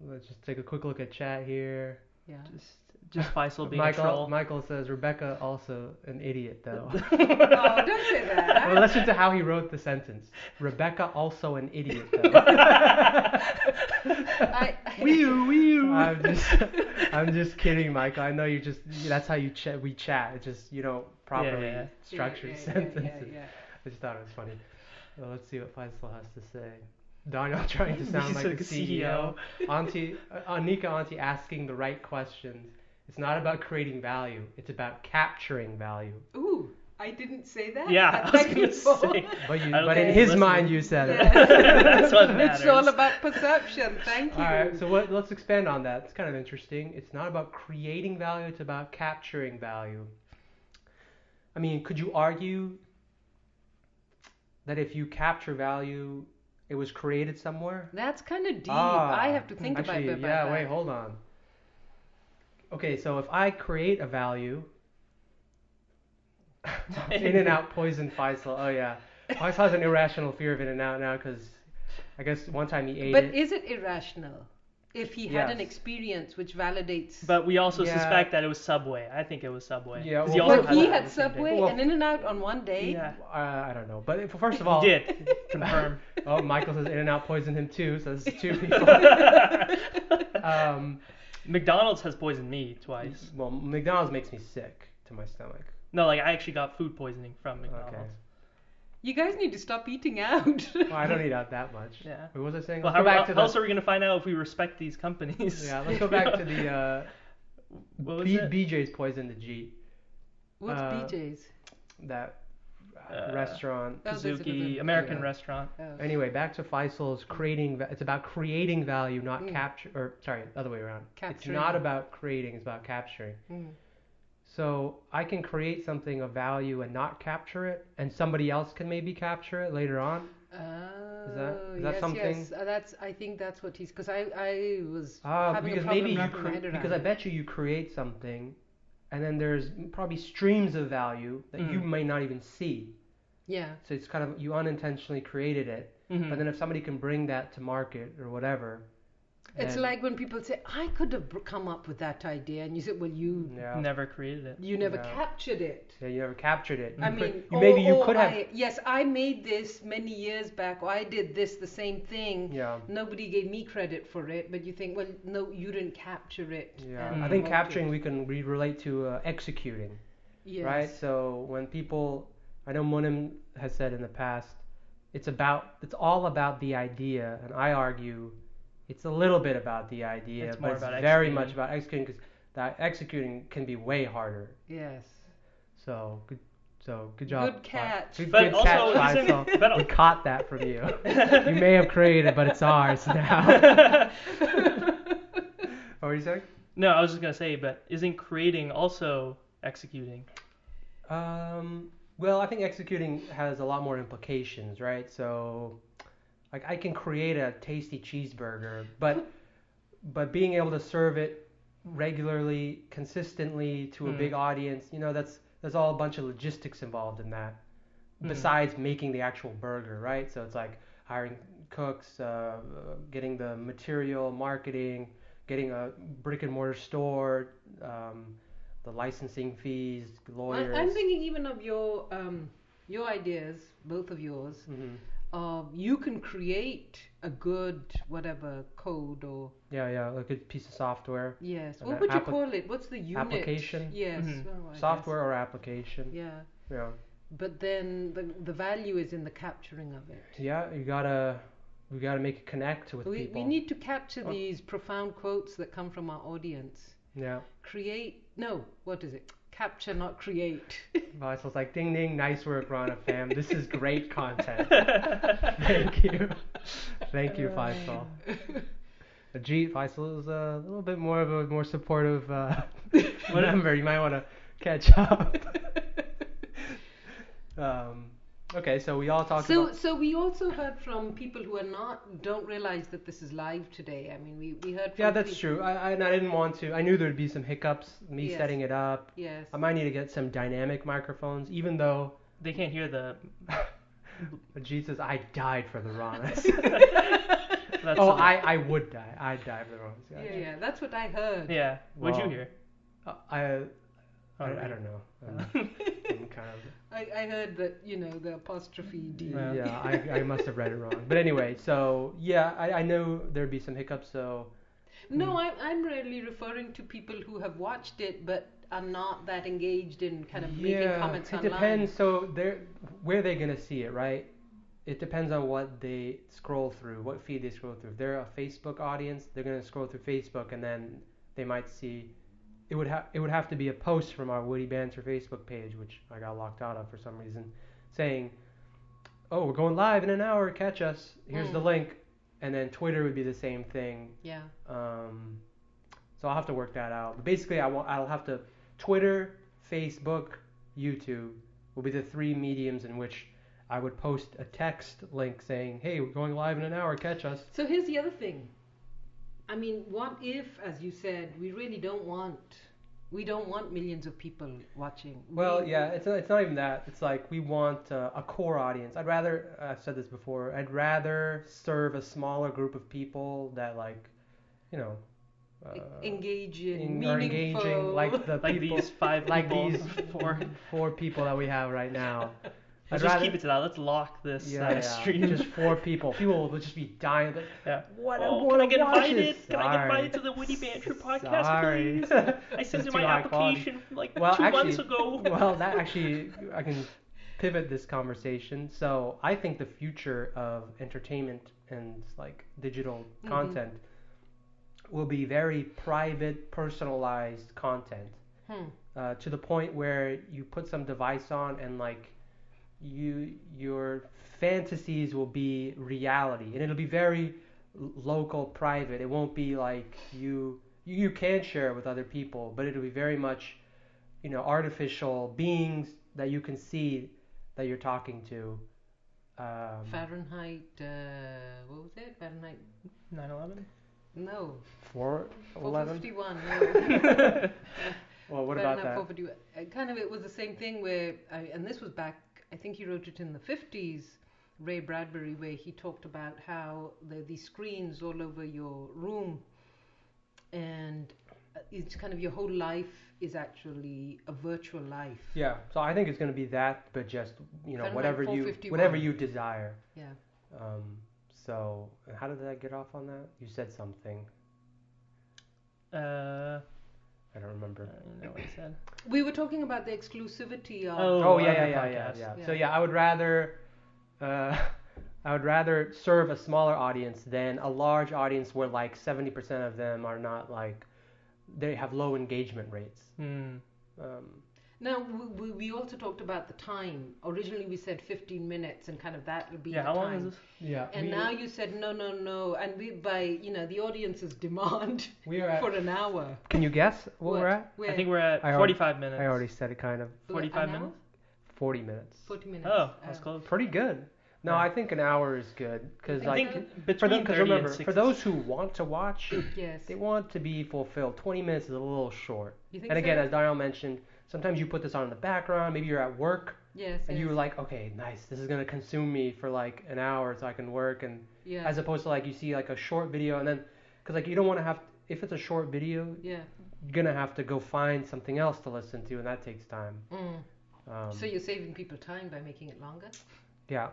let's just take a quick look at chat here. Yeah. Just, just Faisal being a Michael troll. Michael says Rebecca also an idiot though. oh, don't say that. well, listen to how he wrote the sentence. Rebecca also an idiot though. I, I, Wee-oo, wee-oo. I'm just I'm just kidding, Michael. I know you just that's how you chat we chat. It's just you don't properly yeah. Yeah, structure yeah, yeah, sentences. yeah, yeah. I just thought it was funny. Well, let's see what Faisal has to say. Daniel trying to sound He's like, like the E a E CEO. auntie, uh, Anika Auntie asking the right questions. It's not about creating value. It's about capturing value. Ooh, I didn't say that. yeah, but I was thank gonna you for- say. But you, I don't but think in he's his mind, you said it. Yeah. That's what matters. It's all about perception. Thank you. All right. So what, let's expand on that. It's kind of interesting. It's not about creating value. It's about capturing value. I mean, could you argue that if you capture value, it was created somewhere? That's kind of deep. Ah, I have to think Actually, about, about yeah, that. wait, hold on. Okay, so if I create a value, In and Out poisoned Faisal. Oh yeah, Faisal has an irrational fear of In and Out now because I guess one time he ate But it. is it irrational if he had an Yes. experience which validates? But we also Yeah. suspect that it was Subway. I think it was Subway. Yeah, 'Cause well, he also but had he that on had the same day. Subway Well- and In and Out on one day. Yeah. Uh, I don't know. But if, first of all, He did. Confirm. oh Michael says In and Out poisoned him too, so this is two people. um, McDonald's has poisoned me twice. well, McDonald's makes me sick to my stomach. No, like I actually got food poisoning from McDonald's. You guys need to stop eating out. Well, I don't eat out that much. Yeah. What was I saying? Well, let's how go back to else the. are we gonna find out if we respect these companies? Yeah, let's go back to the. Uh, What was B- it? BJ's poisoned the G. What's Uh, BJ's? That Uh, restaurant. Oh, there's another- Kazuki American yeah. restaurant. Oh. Anyway, back to Faisal's creating. va- It's about creating value, not Mm. capture. Or sorry, other way around. Capturing. It's not about creating. It's about capturing. Mm. So I can create something of value and not capture it, and somebody else can maybe capture it later on. Oh, is that yes, something- yes. Uh, that's. I think that's what he's. Because I, I was Ah, having because a problem maybe you wrapping my cre- head around because I it. bet you you create something, and then there's probably streams of value that you Mm. may not even see. Yeah. So it's kind of you unintentionally created it. Mhm. Mm. But then if somebody can bring that to market or whatever, It's then- like when people say, "I could have br- come up with that idea," and you said, "Well, you yeah, Never created it. you never Yeah. captured it." yeah, you never captured it. I You could- mean, you, maybe "Oh, you oh, could have. I, yes, I made this many years back, or I did this the same thing. yeah, Nobody gave me credit for it, but you think, well, no, you didn't capture it. yeah. and I think promote capturing it." we can re- relate to uh, executing, yes. right? So when people, I know Munim has said in the past, it's about, it's all about the idea, and I argue, it's a little bit about the idea, It's but more it's about very executing. much about executing because that executing can be way harder. Yes. So good, so good job. Good Vi- catch. Good, But good also, catch, Vi. isn't- So but- we caught that from you. you may have created, but it's ours now. what were you saying? no, I was just gonna say, but isn't creating also executing? Um, well, I think executing has a lot more implications, right? So, like, I can create a tasty cheeseburger, but but being able to serve it regularly, consistently to a Hmm. Mm. big audience, you know, that's there's all a bunch of logistics involved in that. Hmm. Mm. Besides making the actual burger, right? So it's like hiring cooks, uh, getting the material, marketing, getting a brick and mortar store, um, the licensing fees, I, lawyers. I'm thinking even of your um, your ideas, both of yours, Mhm. of you can create a good whatever code or Yeah, yeah, like a piece of software, yes. An What would you applic- call it? What's the unit? application? Mm-hmm. Yes. Mhm. oh, I guess. software or application. Yeah. Yeah, But then the the value is in the capturing of it. yeah, you gotta, we gotta make it connect with We, people. we need to capture Oh. these profound quotes that come from our audience. Yeah, Create, no, what is it? Capture, not create. Vasil's like, ding ding, nice work, Rana fam. This is great content. Thank you, thank Oh, you, Faisal. Ajit Faisal is a little bit more of a more supportive uh, member. You might want to catch up. um, okay, so we all talked so, about. so we also heard from people who are not don't realize that this is live today. I mean, we, we heard. From Yeah, that's peop- true. I, I, and I didn't want to. I knew there'd be some hiccups, me Yes. setting it up. Yes. I might need to get some dynamic microphones, even though They can't hear the. Ajit says, I died for the Ranas. That's oh, the- I, I would die. I'd die for the Ranas. yeah, Gotcha. yeah, that's what I heard. Yeah. What'd Wow. you hear? Uh, I, I, Oh, I don't know. I'm, I'm kind of. I, I heard that you know the apostrophe d. Yeah. Yeah, I, I must have read it wrong. But anyway, so yeah, I, I knew there'd be some hiccups, so Mm. No, I'm I'm really referring to people who have watched it but are not that engaged in kind of making Yeah, comments it online. depends. So they're where they're gonna see it, right? It depends on what they scroll through, what feed they scroll through. If they're a Facebook audience, they're gonna scroll through Facebook, and then they might see. It would have it would have to be a post from our Woody Banter Facebook page, which I got locked out of for some reason, saying, "Oh, we're going live in an hour. Catch us. Here's the Mm. link." And then Twitter would be the same thing. Yeah. Um, so I'll have to work that out. But basically, I will, I'll have to Twitter, Facebook, YouTube will be the three mediums in which I would post a text link saying, "Hey, we're going live in an hour. Catch us." So here's the other thing. I mean, what if, as you said, we really don't want, we don't want millions of people watching. Well, We- yeah, it's not, it's not even that. It's like we want uh, a core audience. I'd rather uh, I've said this before. I'd rather serve a smaller group of people that like, you know, uh, e-, engage in, en- meaningful. are engaging like the Like people, these five like people. these four. four people that we have right now. Let's just keep it to that. Let's lock this yeah, uh, yeah. stream. Just four people. People will just be dying. But Yeah. what? I Oh, want can I get to watch invited? This. Can I get Sorry. invited to the Witty Banter podcast, Sorry. please? I sent It's in too my high quality. application like Well, two actually, months ago. well, that actually, I can pivot this conversation. So I think the future of entertainment and like digital Mhm. content will be very private, personalized content Hmm. uh, to the point where you put some device on and like you your fantasies will be reality and it'll be very l- local private it won't be like you you can share it with other people but it'll be very much you know artificial beings that you can see that you're talking to um, Fahrenheit. Uh, what was it? Fahrenheit. 9/11. No. four eleven 451. no. well what about Fahrenheit that 451. Uh, Kind of, it was the same thing where, I, and this was back. I think he wrote it in the 50s. Ray Bradbury, where he talked about how there are these screens all over your room, and uh, it's kind of your whole life is actually a virtual life. yeah so i think it's going to be that but just you know Fahrenheit whatever you 451. whatever you desire Yeah. Um, so how did I get off on that? You said something. Uh, I don't I remember. don't know what I said. We were talking about the exclusivity of. Oh, Oh, yeah, yeah, yeah, other yeah, podcasts. yeah, Yeah. So yeah, I would rather, uh, I would rather serve a smaller audience than a large audience where like 70% of them are not like they have low engagement rates. Hmm. Um, Now, we- we, we also talked about the time. Originally, we said 15 minutes, and kind of that would be Yeah, the how time. long is this? yeah. And we, now you said no, no, no, and we by you know the audience's demand we are at, for an hour. Can you guess what, we're at? I We're, think we're at I already- 45 minutes. I already said it kind of. we're at 45 an hour? minutes? 40 minutes. Forty minutes. Oh, that's Uh, close. Pretty good. No, Yeah. I think an hour is good because I I like think for between them. 30 Because remember, and for 60. those who want to watch, Uh, Yes. they want to be fulfilled. 20 minutes is a little short. You think And so? again, as Daryl mentioned, sometimes you put this on in the background. Maybe you're at work yes, and yes. you're like, okay, nice. This is gonna consume me for like an hour, so I can work. And yeah, as opposed to like you see like a short video and then, because like you don't want to have if it's a short video, yeah. you're gonna have to go find something else to listen to, and that takes time. Mm. Um, so you're saving people time by making it longer. yeah.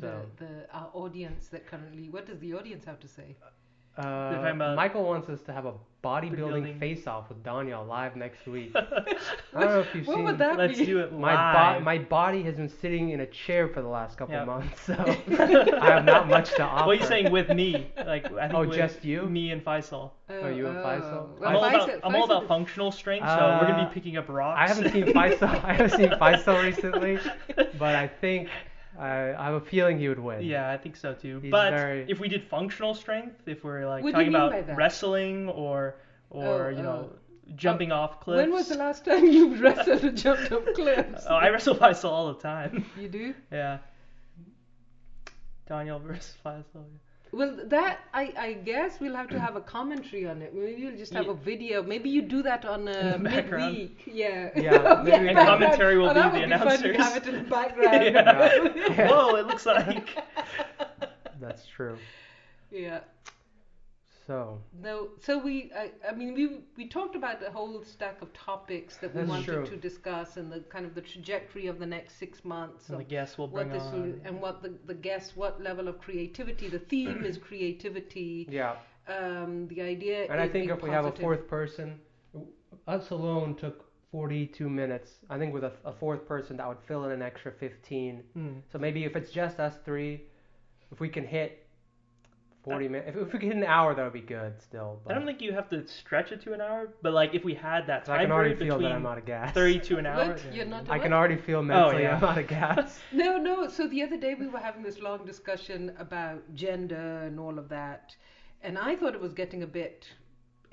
So- The, the our audience that currently, what does the audience have to say? Uh, talking about- Michael wants us to have a bodybuilding Bodybuilding. face-off with Daniel live next week. I don't know if you've what seen. would that Let's be? do it my live. bo- my body has been sitting in a chair for the last couple Yeah. months, so I have not much to offer. What are you saying with me? Like I think Oh, with just you? Me and Faisal. Oh, Are you a oh. Faisal? Well, I'm all about Faisal- I'm all Faisal about is- functional strength, so we're gonna Uh, be picking up rocks. I haven't seen Faisal. I haven't seen Faisal recently, but I think I, I have a feeling he would win. Yeah, I think so too. He's but very- if we did functional strength, if we're like What do talking you mean by about that? wrestling or or Oh, you know jumping off cliffs. When was the last time you wrestled and jumped off cliffs? Oh, I wrestle Faisal all the time. You do? yeah. Daniel versus Faisal. yeah. Well, that I, I guess we'll have to have a commentary on it. Maybe we'll just have Yeah. a video. Maybe you do that on a In the background. midweek. Yeah. Yeah, maybe we And can- commentary will oh, that be the would fun to announcers. have it in the background. yeah. Yeah. Whoa, it looks like that's true. So No. So we, I, I mean, we we talked about a whole stack of topics that we That's wanted true. to discuss and the kind of the trajectory of the next six months. and the of guests will bring what this will, on. and what the, the guess what level of creativity the theme is creativity yeah, um, the idea and I is think being if we have a positive. fourth person, us alone took 42 minutes. I think with a, a fourth person that would fill in an extra 15. Hmm. So maybe if it's just us three, if we can hit 40 minutes, if, if we can hit an hour, that would be good still. But Uh, I don't think you have to stretch it to an hour, but like if we had that 'cause I time can already period feel that I'm between out of gas. thirty to an hour, What? yeah. You're not I what? can already feel mentally oh, yeah. I'm out of gas. No, no. So the other day we were having this long discussion about gender and all of that, and I thought it was getting a bit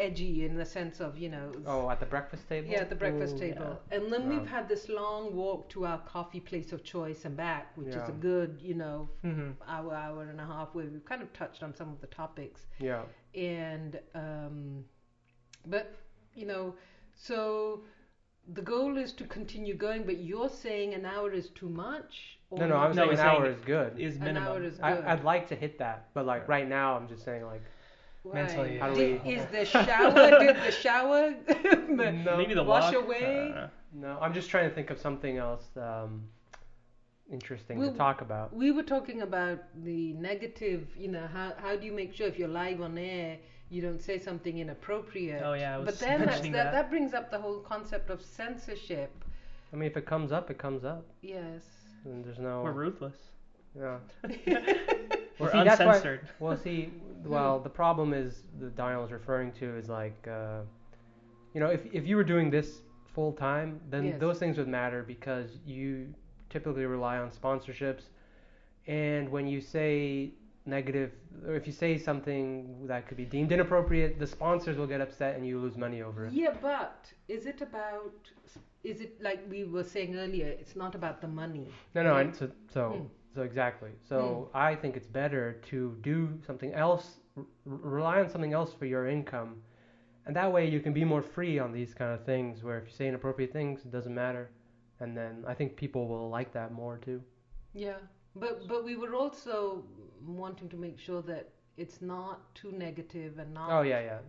edgy in the sense of you know. oh, at the breakfast table. Yeah, at the breakfast Ooh, table. And then Wow. we've had this long walk to our coffee place of choice and back, which is Yeah. a good, you know, Mhm. hour, hour and a half, where we've kind of touched on some of the topics. Yeah. and um, but you know so the goal is to continue going but you're saying an hour is too much or No, no, I'm No, saying an he's hour saying is good. is an minimum. hour is good I, I'd like to hit that, but like right now, I'm just saying like mentally, Right. How do Did- we- is the shower did the shower the- no, Maybe the Uh, Wash walk, away. I don't know. no. I'm just trying to think of something else um, interesting We'll- to talk about. we were talking about the negative you know how, how do you make sure if you're live on air you don't say something inappropriate Oh, yeah, I was but then that's, mentioning that that. that brings up the whole concept of censorship I mean, if it comes up, it comes up, yes and there's no. We're ruthless. yeah. We're see, that's why- uncensored. Well, see, well, the problem is that Daniel is referring to is like, uh, you know, if if you were doing this full time, then Yes. those things would matter because you typically rely on sponsorships, and when you say negative or if you say something that could be deemed inappropriate, the sponsors will get upset and you lose money over it. Yeah, but is it about? Is it like we were saying earlier? It's not about the money. No, no, Mm. and so so Mm. so exactly. So I think it's better to do something else, r- rely on something else for your income, and that way you can be more free on these kind of things. Where if you say inappropriate things, it doesn't matter, and then I think people will like that more too. Yeah, but but we were also wanting to make sure that it's not too negative and not. Oh yeah, yeah.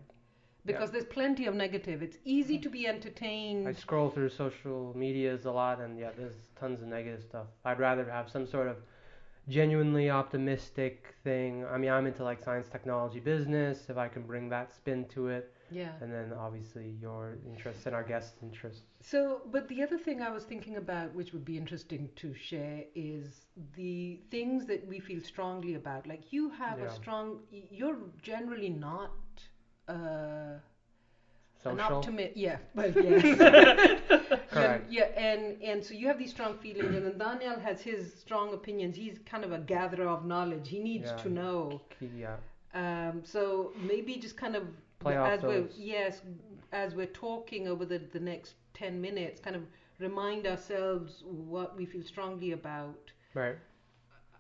Because there's plenty of negative. It's easy to be entertained. I scroll through social medias a lot, and yeah, there's tons of negative stuff. I'd rather have some sort of genuinely optimistic thing. I mean, I'm into like science, technology, business. If I can bring that spin to it. yeah. And then obviously your interests and our guests' interests. So, but the other thing I was thinking about, which would be interesting to share, is the things that we feel strongly about. Like you have Yeah. a strong. You're generally not. Uh, an social. optimist. Yeah, well, yes. yeah, Correct. yeah, and and so you have these strong feelings, and then Daniel has his strong opinions. He's kind of a gatherer of knowledge. He needs Yeah. to know. yeah. Um, so maybe just kind of Play off as we're those. yes, as we're talking over the the next ten minutes, kind of remind ourselves what we feel strongly about. Right.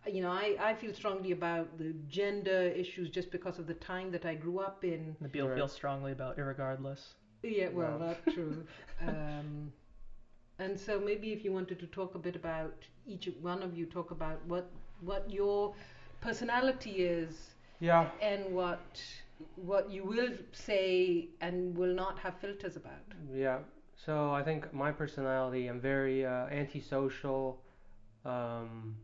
You know, I, I feel strongly about the gender issues just because of the time that I grew up in. And Nabil Right. feels strongly about irregardless. Yeah, well, Wow. that's true. Um, and so maybe if you wanted to talk a bit about each one of you talk about what what your personality is Yeah. and what what you will say and will not have filters about. Yeah. So I think my personality, I'm very uh, antisocial. Um,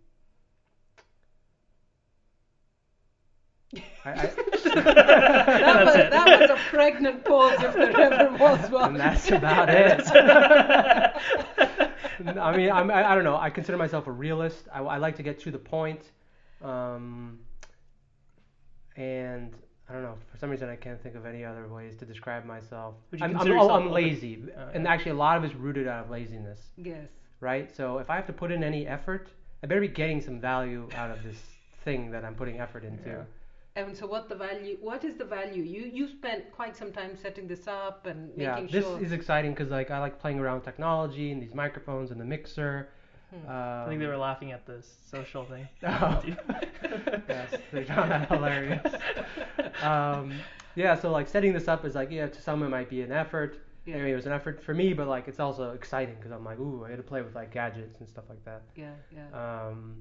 I, I, That, That's was, it. that was a pregnant pause if there ever was one. and that's about it. No, I mean, I'm, I, I don't know. I consider myself a realist. I, I like to get to the point. Um, and I don't know. For some reason, I can't think of any other ways to describe myself. Would you I'm, I'm, consider oh, yourself I'm open- lazy. Oh, And yeah. actually, a lot of it's rooted out of laziness. Yes. right? So if I have to put in any effort, I better be getting some value out of this thing that I'm putting effort into. Yeah. And so what the value what is the value? You you spent quite some time setting this up and Yeah, making this sure is exciting because like I like playing around with technology and these microphones and the mixer. Um, Hmm. uh, I think they were laughing at the social thing. Oh. yes, they found that hilarious. Um, yeah, so like setting this up is like yeah, to some it might be an effort. Yeah. Anyway, it was an effort for me, but like it's also exciting because I'm like, ooh, I got to play with like gadgets and stuff like that. yeah, yeah. Um,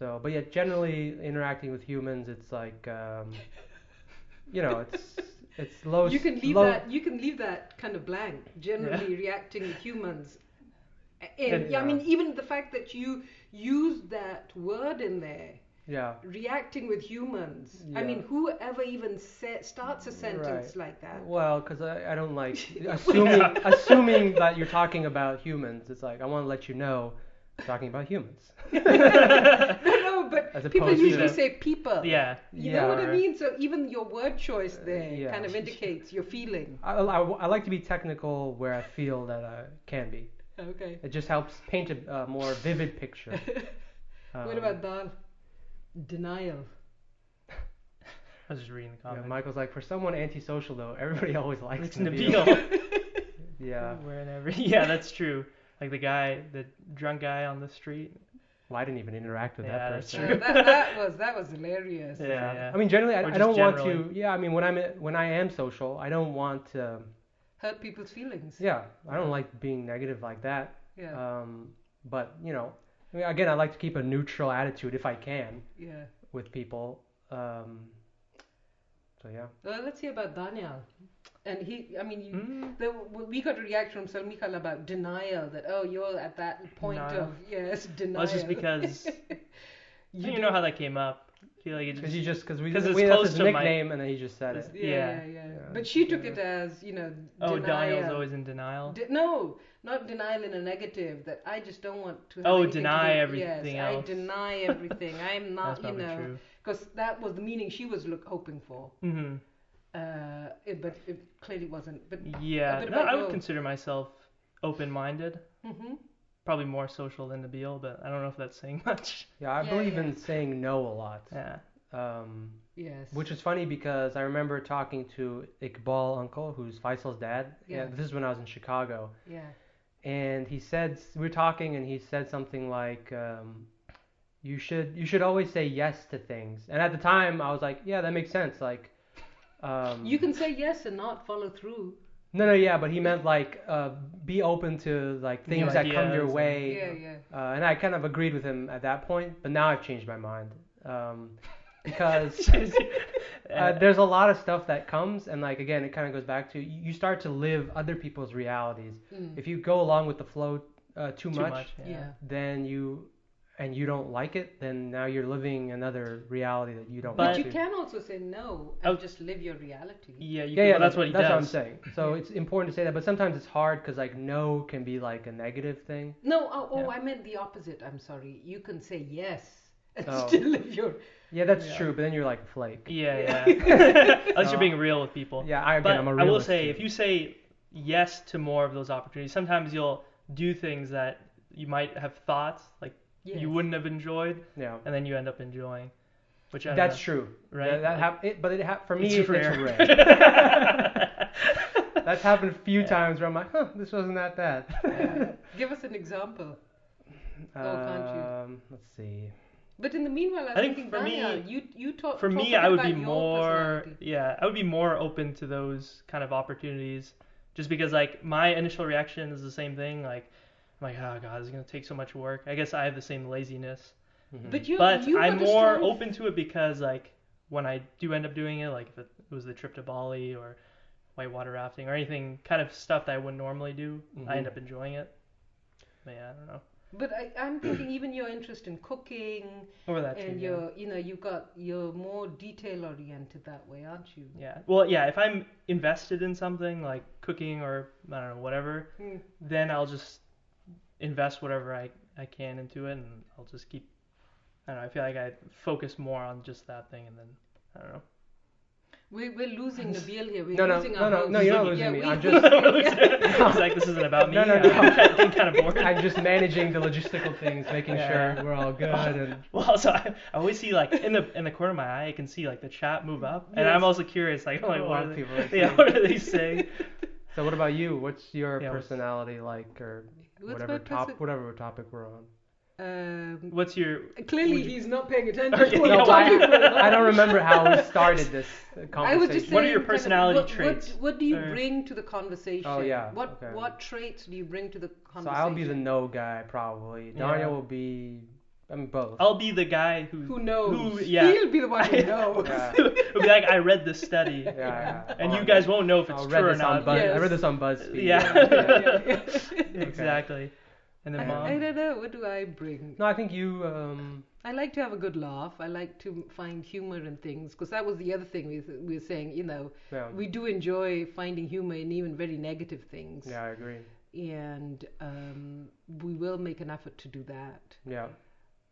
so, but yeah, generally interacting with humans, it's like, um, you know, it's it's low. you can leave low, that you can leave that kind of blank generally reacting with humans and And- yeah, i mean even the fact that you use that word in there Yeah, reacting with humans i Yeah. mean whoever even sa- starts a sentence like that well, because I, I don't like assuming assuming that you're talking about humans. It's like I want to let you know I'm talking about humans. no but As people opposed to- usually say people yeah. you Yeah, know what i or- mean so even your word choice there yeah. kind of indicates your feeling I, I, I like to be technical where I feel that I can be. okay It just helps paint a, a more vivid picture. what Um, about that denial I was just reading the yeah, comment. Michael's like for someone antisocial though, everybody always likes it's Nabil. Nabil. uh, Yeah. We're in every- yeah, that's true. Like the guy, the drunk guy on the street. Well, I didn't even interact with Yeah, that that's person. Uh, that, that was that was hilarious Yeah, yeah. I mean, generally, I, Or I just don't want generally. to. Yeah, I mean, when I'm when I am social, I don't want to. hurt people's feelings Yeah, I don't Yeah. like being negative like that. yeah Um, but you know, I mean, again, I like to keep a neutral attitude if I can Yeah. with people. Um, so yeah. Well, Uh, let's hear about Daniel. And he, I mean, you, Mm. the, we got a reaction from Salmikal about denial that, oh, you're at that point Denial. of, yes, denial. Well, it's just because you, You you know how that came up. I feel like it Because just, you just because we 'Cause it's we that's close his to my- nickname and then he just said it. It's- Yeah, yeah, yeah. Yeah, But she took yeah. it as, you know, oh, Daniel's denial. always in denial. De- no, not denial in a negative, that I just don't want to. have Oh, anything to deny do- everything yes, else. I deny everything. I'm That's not, you probably know, true. because that was the meaning she was look, hoping for. hmm Uh, it, but it clearly wasn't. But, Yeah, bit no, about I would you. consider myself open-minded. hmm Probably more social than Nabil, but I don't know if that's saying much. Yeah, I Yeah, believe yeah. in saying no a lot. Yeah. Um, yes. Which is funny because I remember talking to Iqbal uncle, who's Faisal's dad. Yeah. And this is when I was in Chicago, yeah. and he said we were talking, and he said something like, um, "You should you should always say yes to things." And at the time, I was like, "Yeah, that makes sense." Like, um, You can say yes and not follow through. no, no, yeah, but he meant like uh, be open to like New things that come ideas your and- way. Yeah, yeah. Uh, and I kind of agreed with him at that point, but now I've changed my mind um, because. uh, Uh, there's a lot of stuff that comes and like again it kind of goes back to you you start to live other people's realities Mm. if you go along with the flow uh, too, much, Yeah. then you and you don't like it then now you're living another reality that you don't But, want you to. can also say no Oh. and just live your reality. Yeah, you yeah, can- yeah, well, that's what he that's does. what I'm saying. So it's important to say that, but sometimes it's hard because like no can be like a negative thing. No, oh, oh Yeah. I meant the opposite. I'm sorry. You can say yes. and Oh. still live your Yeah, that's Yeah. true. But then you're like a flake. Yeah, yeah. Unless No. you're being real with people. Yeah, I, but again, I'm a I will realist. say, too. if you say yes to more of those opportunities, sometimes you'll do things that you might have thought like you wouldn't have enjoyed, yeah, and then you end up enjoying. Which I don't that's true. know, right. That, that hap- it, but it hap- for me, it- It's rare. it's rare. that's happened a few Yeah. times where I'm like, huh, this wasn't that bad. Yeah. Give us an example. can't you? Um, let's see. But in the meanwhile, I was I think thinking, for me- Brian, you you talk for talk me, a bit I would about be your more personality. yeah, I would be more open to those kind of opportunities just because like my initial reaction is the same thing like I'm like oh god, it's going to take so much work. I guess I have the same laziness. Mhm. But you, Mm-hmm. but you I'm got a more strong- open to it because like when I do end up doing it like if it was the trip to Bali or whitewater rafting or anything kind of stuff that I wouldn't normally do, I Mhm. end up enjoying it. But yeah, I don't know. But I, I'm thinking even your interest in cooking Or that too. and yeah. your, you know, you got you're more detail oriented that way, aren't you? Yeah. Well, yeah, if I'm invested in something like cooking or I don't know, whatever, Hmm. then I'll just invest whatever I, I can into it and I'll just keep I don't know, I feel like I focus more on just that thing and then I don't know. We, we're losing the Nabil here. We're No, no, losing no, our no, host. no, you're not losing yeah, me. We, I'm we- just- It's like this isn't about me. No, no, I'm no. getting kind of bored. I'm just managing the logistical things, making Yeah. sure we're all good. And Well, so I, I always see like in the in the corner of my eye, I can see like the chat move up, and Yes. I'm also curious, like, A like lot what, of are people are they, yeah, what are they saying? so, what about you? What's your Yeah, what's- personality like, or What's whatever my top, person- whatever topic we're on? um, What's your clearly, would you- he's not paying attention. Okay, to what no, I'm I- talking about. I don't remember how we started this conversation. I was just saying, What are your kind of, personality what, traits? Uh, What, what do you Or- bring to the conversation? Oh, yeah, What okay. what traits do you bring to the so conversation? I'll be the no guy probably. Yeah. Daniel will be. I'm both. I'll be the guy who who knows. Who- yeah. He'll be the one who knows. Yeah. would be like, I read this study, Yeah, yeah. and I'll- you guys won't know if it's I'll read true or this on not. Buzz. but- Yes. I read this on BuzzFeed. Yeah. Yeah, yeah, yeah. exactly. And I, then mom. I don't know. What do I bring? No, I think you. Um, I like to have a good laugh. I like to find humor in things because that was the other thing we, we were saying. You know, yeah, we do enjoy finding humor in even very negative things, yeah, I agree. and um, we will make an effort to do that. Yeah.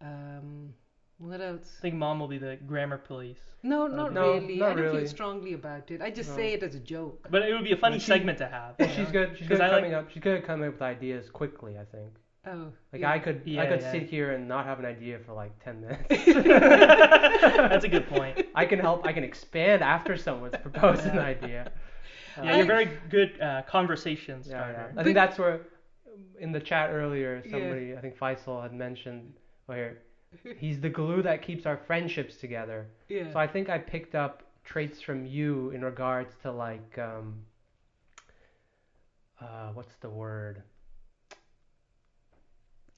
Um, what I else? think mom will be the grammar police. No, not Uh, No, really. not I don't really. feel strongly about it. I just No. say it as a joke. But it would be a funny she- segment to have. Well, you she's know? good. She's 'Cause good I at like- coming up. She's good at coming up with ideas quickly. I think. Oh, Like yeah. I could, I Yeah, could yeah. sit here and not have an idea for like ten minutes. That's a good point. I can help. I can expand after someone's proposed an Yeah. idea. Yeah, Uh, you're very good uh, conversation Yeah, yeah. starter. I think that's where, in the chat earlier, Yeah. somebody I think Faisal had mentioned where he's the glue that keeps our friendships together. yeah. So I think I picked up traits from you in regards to like, um, uh, what's the word?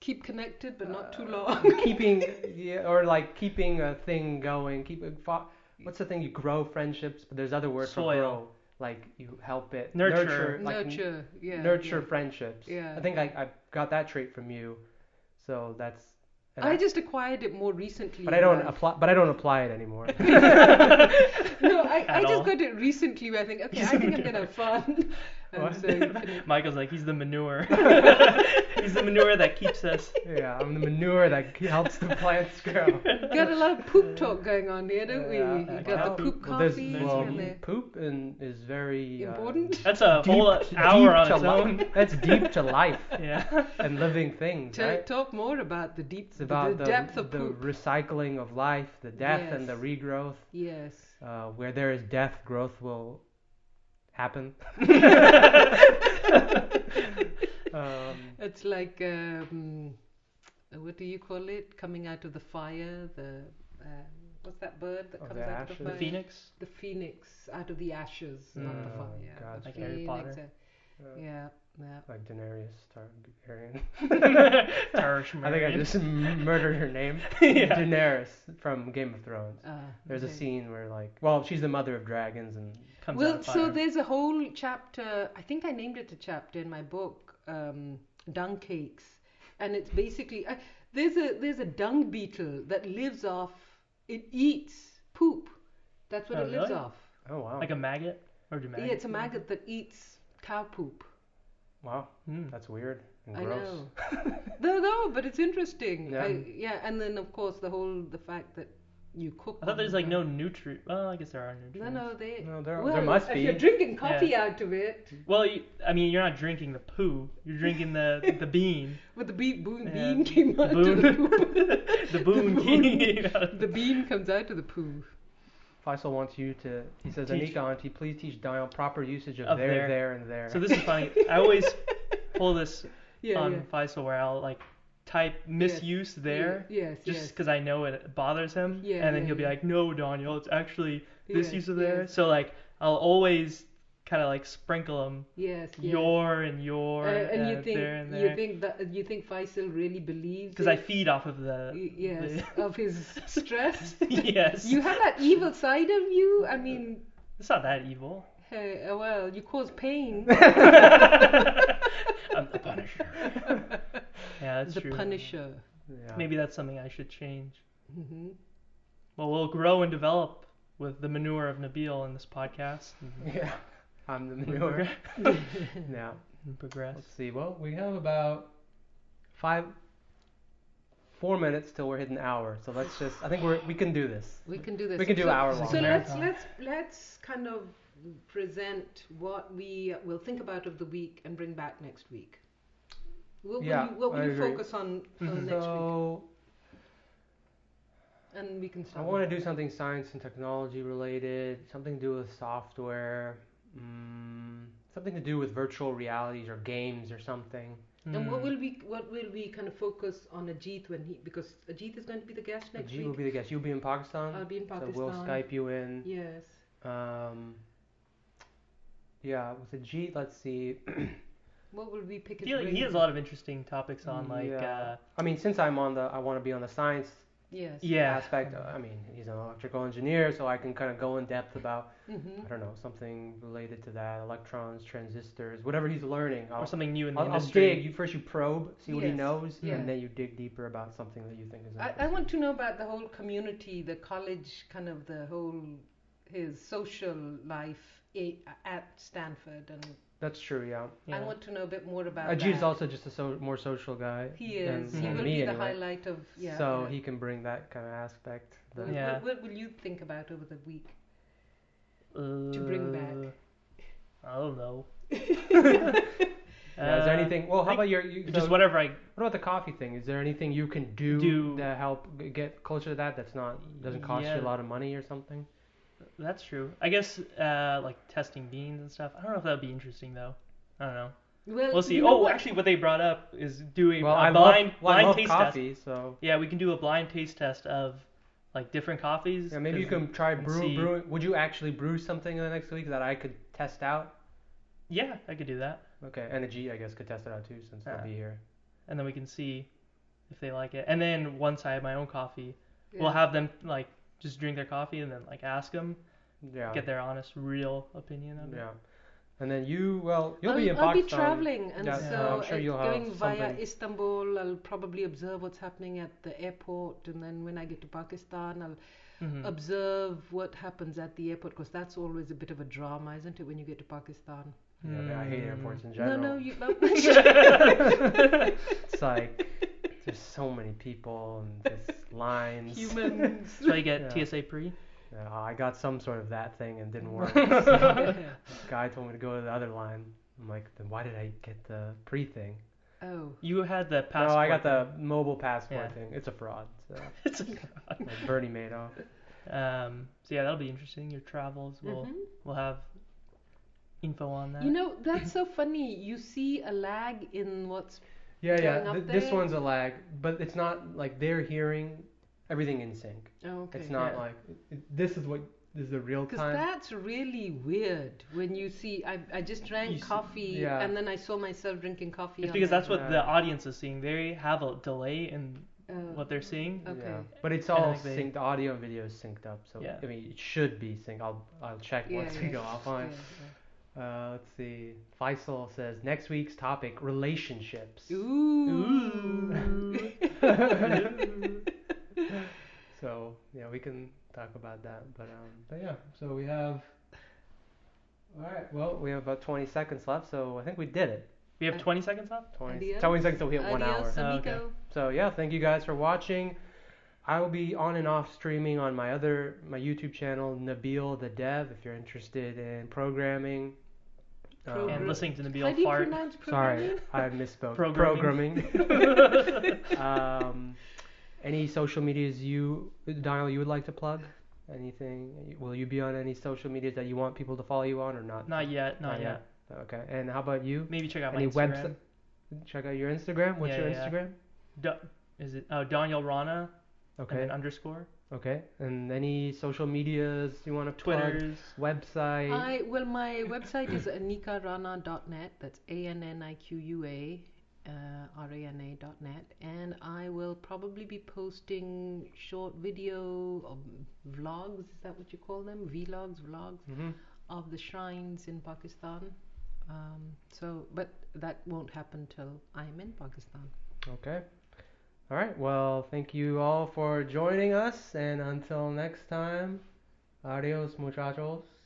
Keep connected, but not too Uh, long. keeping yeah, or like keeping a thing going. Keep it fo- what's the thing? You grow friendships, but there's other words for Soil. grow. Like you help it Nurture. like n- nurture, yeah. nurture friendships. Yeah. I think I, I got that trait from you, so that's. yeah. and I just acquired it more recently. but I in don't life. apply. But I don't apply it anymore. No, I, I At just all. got it recently. Where I think, okay, I think I'm gonna have fun. What? and so, you know, Michael's like, he's the manure. he's the manure that keeps us. yeah, I'm the manure that helps the plants grow. got a lot of poop talk going on here, don't we? Yeah. You Yeah, got well, the poop Well, there's- coffee well, and the poop and is very uh, important. That's a deep- whole deep hour on to its life. own. That's deep to life Yeah. and living things, Tell, right? Talk more about the deep, It's the, about the, the depth of the poop. recycling of life, the death and the Yes. regrowth. Yes. Uh, where there is death, growth will happen. um, It's like um, what do you call it? Coming out of the fire. The um, what's that bird that Oh, comes the out ashes. of the The fire? phoenix. The phoenix out of the ashes, not the Mm. fire. Oh, gotcha. The Like Harry phoenix, Potter. uh, Yeah, yeah. like Daenerys Targaryen. Tarshman. I think I just m- murdered her name. yeah. Daenerys from Game of Thrones. Ah, There's a okay. scene where like, well, she's the mother of dragons and Comes out Well, of so fire. there's a whole chapter. I think I named it a chapter in my book, um, dung cakes, and it's basically uh, there's a there's a dung beetle that lives off. It eats poop. That's what Oh, it lives really? Mm-hmm. off. oh wow, like a maggot? Or do Yeah, maggots? it's a maggot that eats cow poop. wow, Mm. that's weird. and I gross. know. No, no, but it's interesting. Yeah. I, yeah, and then of course the whole the fact that you cook. I thought there's like them. no nutrient. Well, I guess there are No, nutrients. no, they. No, there, well, there must if be. you're drinking coffee out of it Well, you, I mean, you're not drinking the poo. You're drinking the the bean. with the bean, boon, Yeah. bean came The out of the boon. poo. The boon The boon. came out. the bean comes out of the poo. Faisal wants you to. He says, Teach- Anika, auntie, please teach Dial proper usage of, Of there, there. there, and there. So this is funny. I always pull this Yeah, on yeah. Faisal where I'll like type misuse there Yeah, Yes, just yes. because I know it bothers him. Yeah, and then yeah, he'll be yeah. like, no, Daniel, it's actually this yes, use of there. Yes, So like, I'll always kind of like sprinkle him yes, yes. your and your Uh, and you uh, think there and you there think that you think Faisal really believes? because I it? feed off of the Y- yes of his stress. yes. You have that evil side of you. I mean, It's not that evil. hey, uh, well, you cause pain. I'm the Punisher. Yeah, that's the true. Punisher. yeah. Maybe that's something I should change. hmm Well, we'll grow and develop with the manure of Nabil in this podcast Yeah. I'm the and manure. progress- now, and progress. let's see. Well, we have about five, four minutes till we're hitting the hour. So let's just. I think we're we can do this. We can do this. We can do so, hour So long. let's Marathon. let's let's kind of present what we will think about of the week and bring back next week. What will Yeah, you, what will I you agree. Mm-hmm. focus on for Mhm. Oh, next week? So And we can I start. want to with- do something science and technology related, something to do with software, mm, something to do with virtual realities or games or something. And what Mm. will we what will we kind of focus on Ajit when he because Ajit is going to be the guest next you will week. be the guest. You'll be in Pakistan. I'll be in Pakistan. So we'll Skype you in. Yes. Um, yeah, with the G, let's see. What will we pick? I his feel like he brain? has a lot of interesting topics on like Mm, Yeah. uh, I mean, since I'm on the, I want to be on the science Yes. yeah. aspect. uh, I mean, he's an electrical engineer, so I can kind of go in depth about, Mm-hmm. I don't know, something related to that, electrons, transistors, whatever he's learning. or I'll, something new in the I'll, I'll industry. dig. You first you probe, see what he Yes, knows, yeah. and then you dig deeper about something that you think is. I, I interesting. want to know about the whole community, the college, kind of the whole his social life i at Stanford, and That's true. Yeah. I Yeah. want to know a bit more about. Ajit's that. also just a so, more social guy. He than- is. He than will me be the anyway. highlight of. Yeah. so yeah. he can bring that kind of aspect. What, that- what- Yeah. what will you think about over the week? to bring back. Uh, I don't know. Yeah, is Uh, there anything? Well, how think about your? You, so Just whatever I What about the coffee thing? Is there anything you can do, Do- to help g- get closer to that? That's not doesn't cost you Yeah. a lot of money or something. That's true. I guess uh, like testing beans and stuff. I don't know if that would be interesting though. I don't know. Well, We'll see. you know oh, what? actually, what they brought up is doing well, a I blind love, well, I blind love taste test. coffee, so Yeah, we can do a blind taste test of like different coffees. yeah, maybe you 'cause- can try and brew, see- brew. Would you actually brew something in the next week that I could test out? Yeah, I could do that, Okay, and a G, I guess, could test it out too since Yeah. they'll be here. and then we can see if they like it. And then once I have my own coffee, Yeah. we'll have them like just drink their coffee and then like ask them, Yeah, get their honest, real opinion of it. yeah. And then you, well, you'll I'll, be in I'll Pakistan. be traveling, and Yeah, so so I'm sure it's you'll have going via something. Istanbul. I'll probably observe what's happening at the airport, and then when I get to Pakistan, I'll Mhm. observe what happens at the airport because that's always a bit of a drama, isn't it, when you get to Pakistan? Yeah, I mean, I hate Mm. airports in general. No, no, you. It's like there's so many people and just lines. humans. So I get Yeah. TSA pre. Yeah, I got some sort of that thing and didn't work. Guy told me to go to the other line. I'm like, then why did I get the pre thing? oh, You had the passport. No, I got the mobile passport Yeah. thing. It's a fraud. So. It's like Bernie Madoff. Um, so yeah, that'll be interesting. Your travels will mhm. will have info on that. you know that's so funny. You see a lag in what's Yeah, Going yeah. up Th- this there? one's a lag, but it's not like they're hearing everything in sync. oh, okay. It's not Yeah. like it- it- this is what this is the real Because time. that's really weird when you see. I, I just drank You see- coffee yeah. and then I saw myself drinking coffee. it's on because the- that's what Yeah. the audience is seeing. They have a delay in Oh. what they're seeing. Okay. Yeah. But it's Kinda all like they- synced. The audio and video is synced up, so Yeah. I mean it should be synced. I'll I'll check Yeah, once we yeah, go offline. Uh, let's see. Faisal says next week's topic relationships. yeah. Ooh. Ooh. So yeah, we can talk about that. But um, but yeah, so we have. All right. Well, we have about 20 seconds left, so I think we did it. We have And- 20 seconds left? 20, Adios. 20 seconds till we hit one hour. Adios, Oh, okay. amigo. So yeah, thank you guys for watching. I will be on and off streaming on my other my YouTube channel, Nabil the Dev, if you're interested in programming. Um, Program- And listening to How do Nabil you fart. pronounce sorry, programming? I misspoke. Programming. Programming. um, any social medias you, Daniel, you would like to plug? Anything? Will you be on any social medias that you want people to follow you on or not? Not yet, not, Not yet. yet. Okay. And how about you? Maybe check out Any my Instagram. website? Check out your Instagram. What's Yeah, your yeah, yeah. Instagram? Is it oh, Daniel Rana and Okay. then underscore Okay, and any social medias you want to plug? Twitters? Website? I well, my website is anikarana.net. That's a n n i q u a uh, r a n a dot net, and I will probably be posting short video or vlogs. Is that what you call them? Vlogs, vlogs hmm of the shrines in Pakistan. Um, so, but that won't happen till I'm in Pakistan. Okay. All right, well, thank you all for joining us, and until next time, adios, muchachos.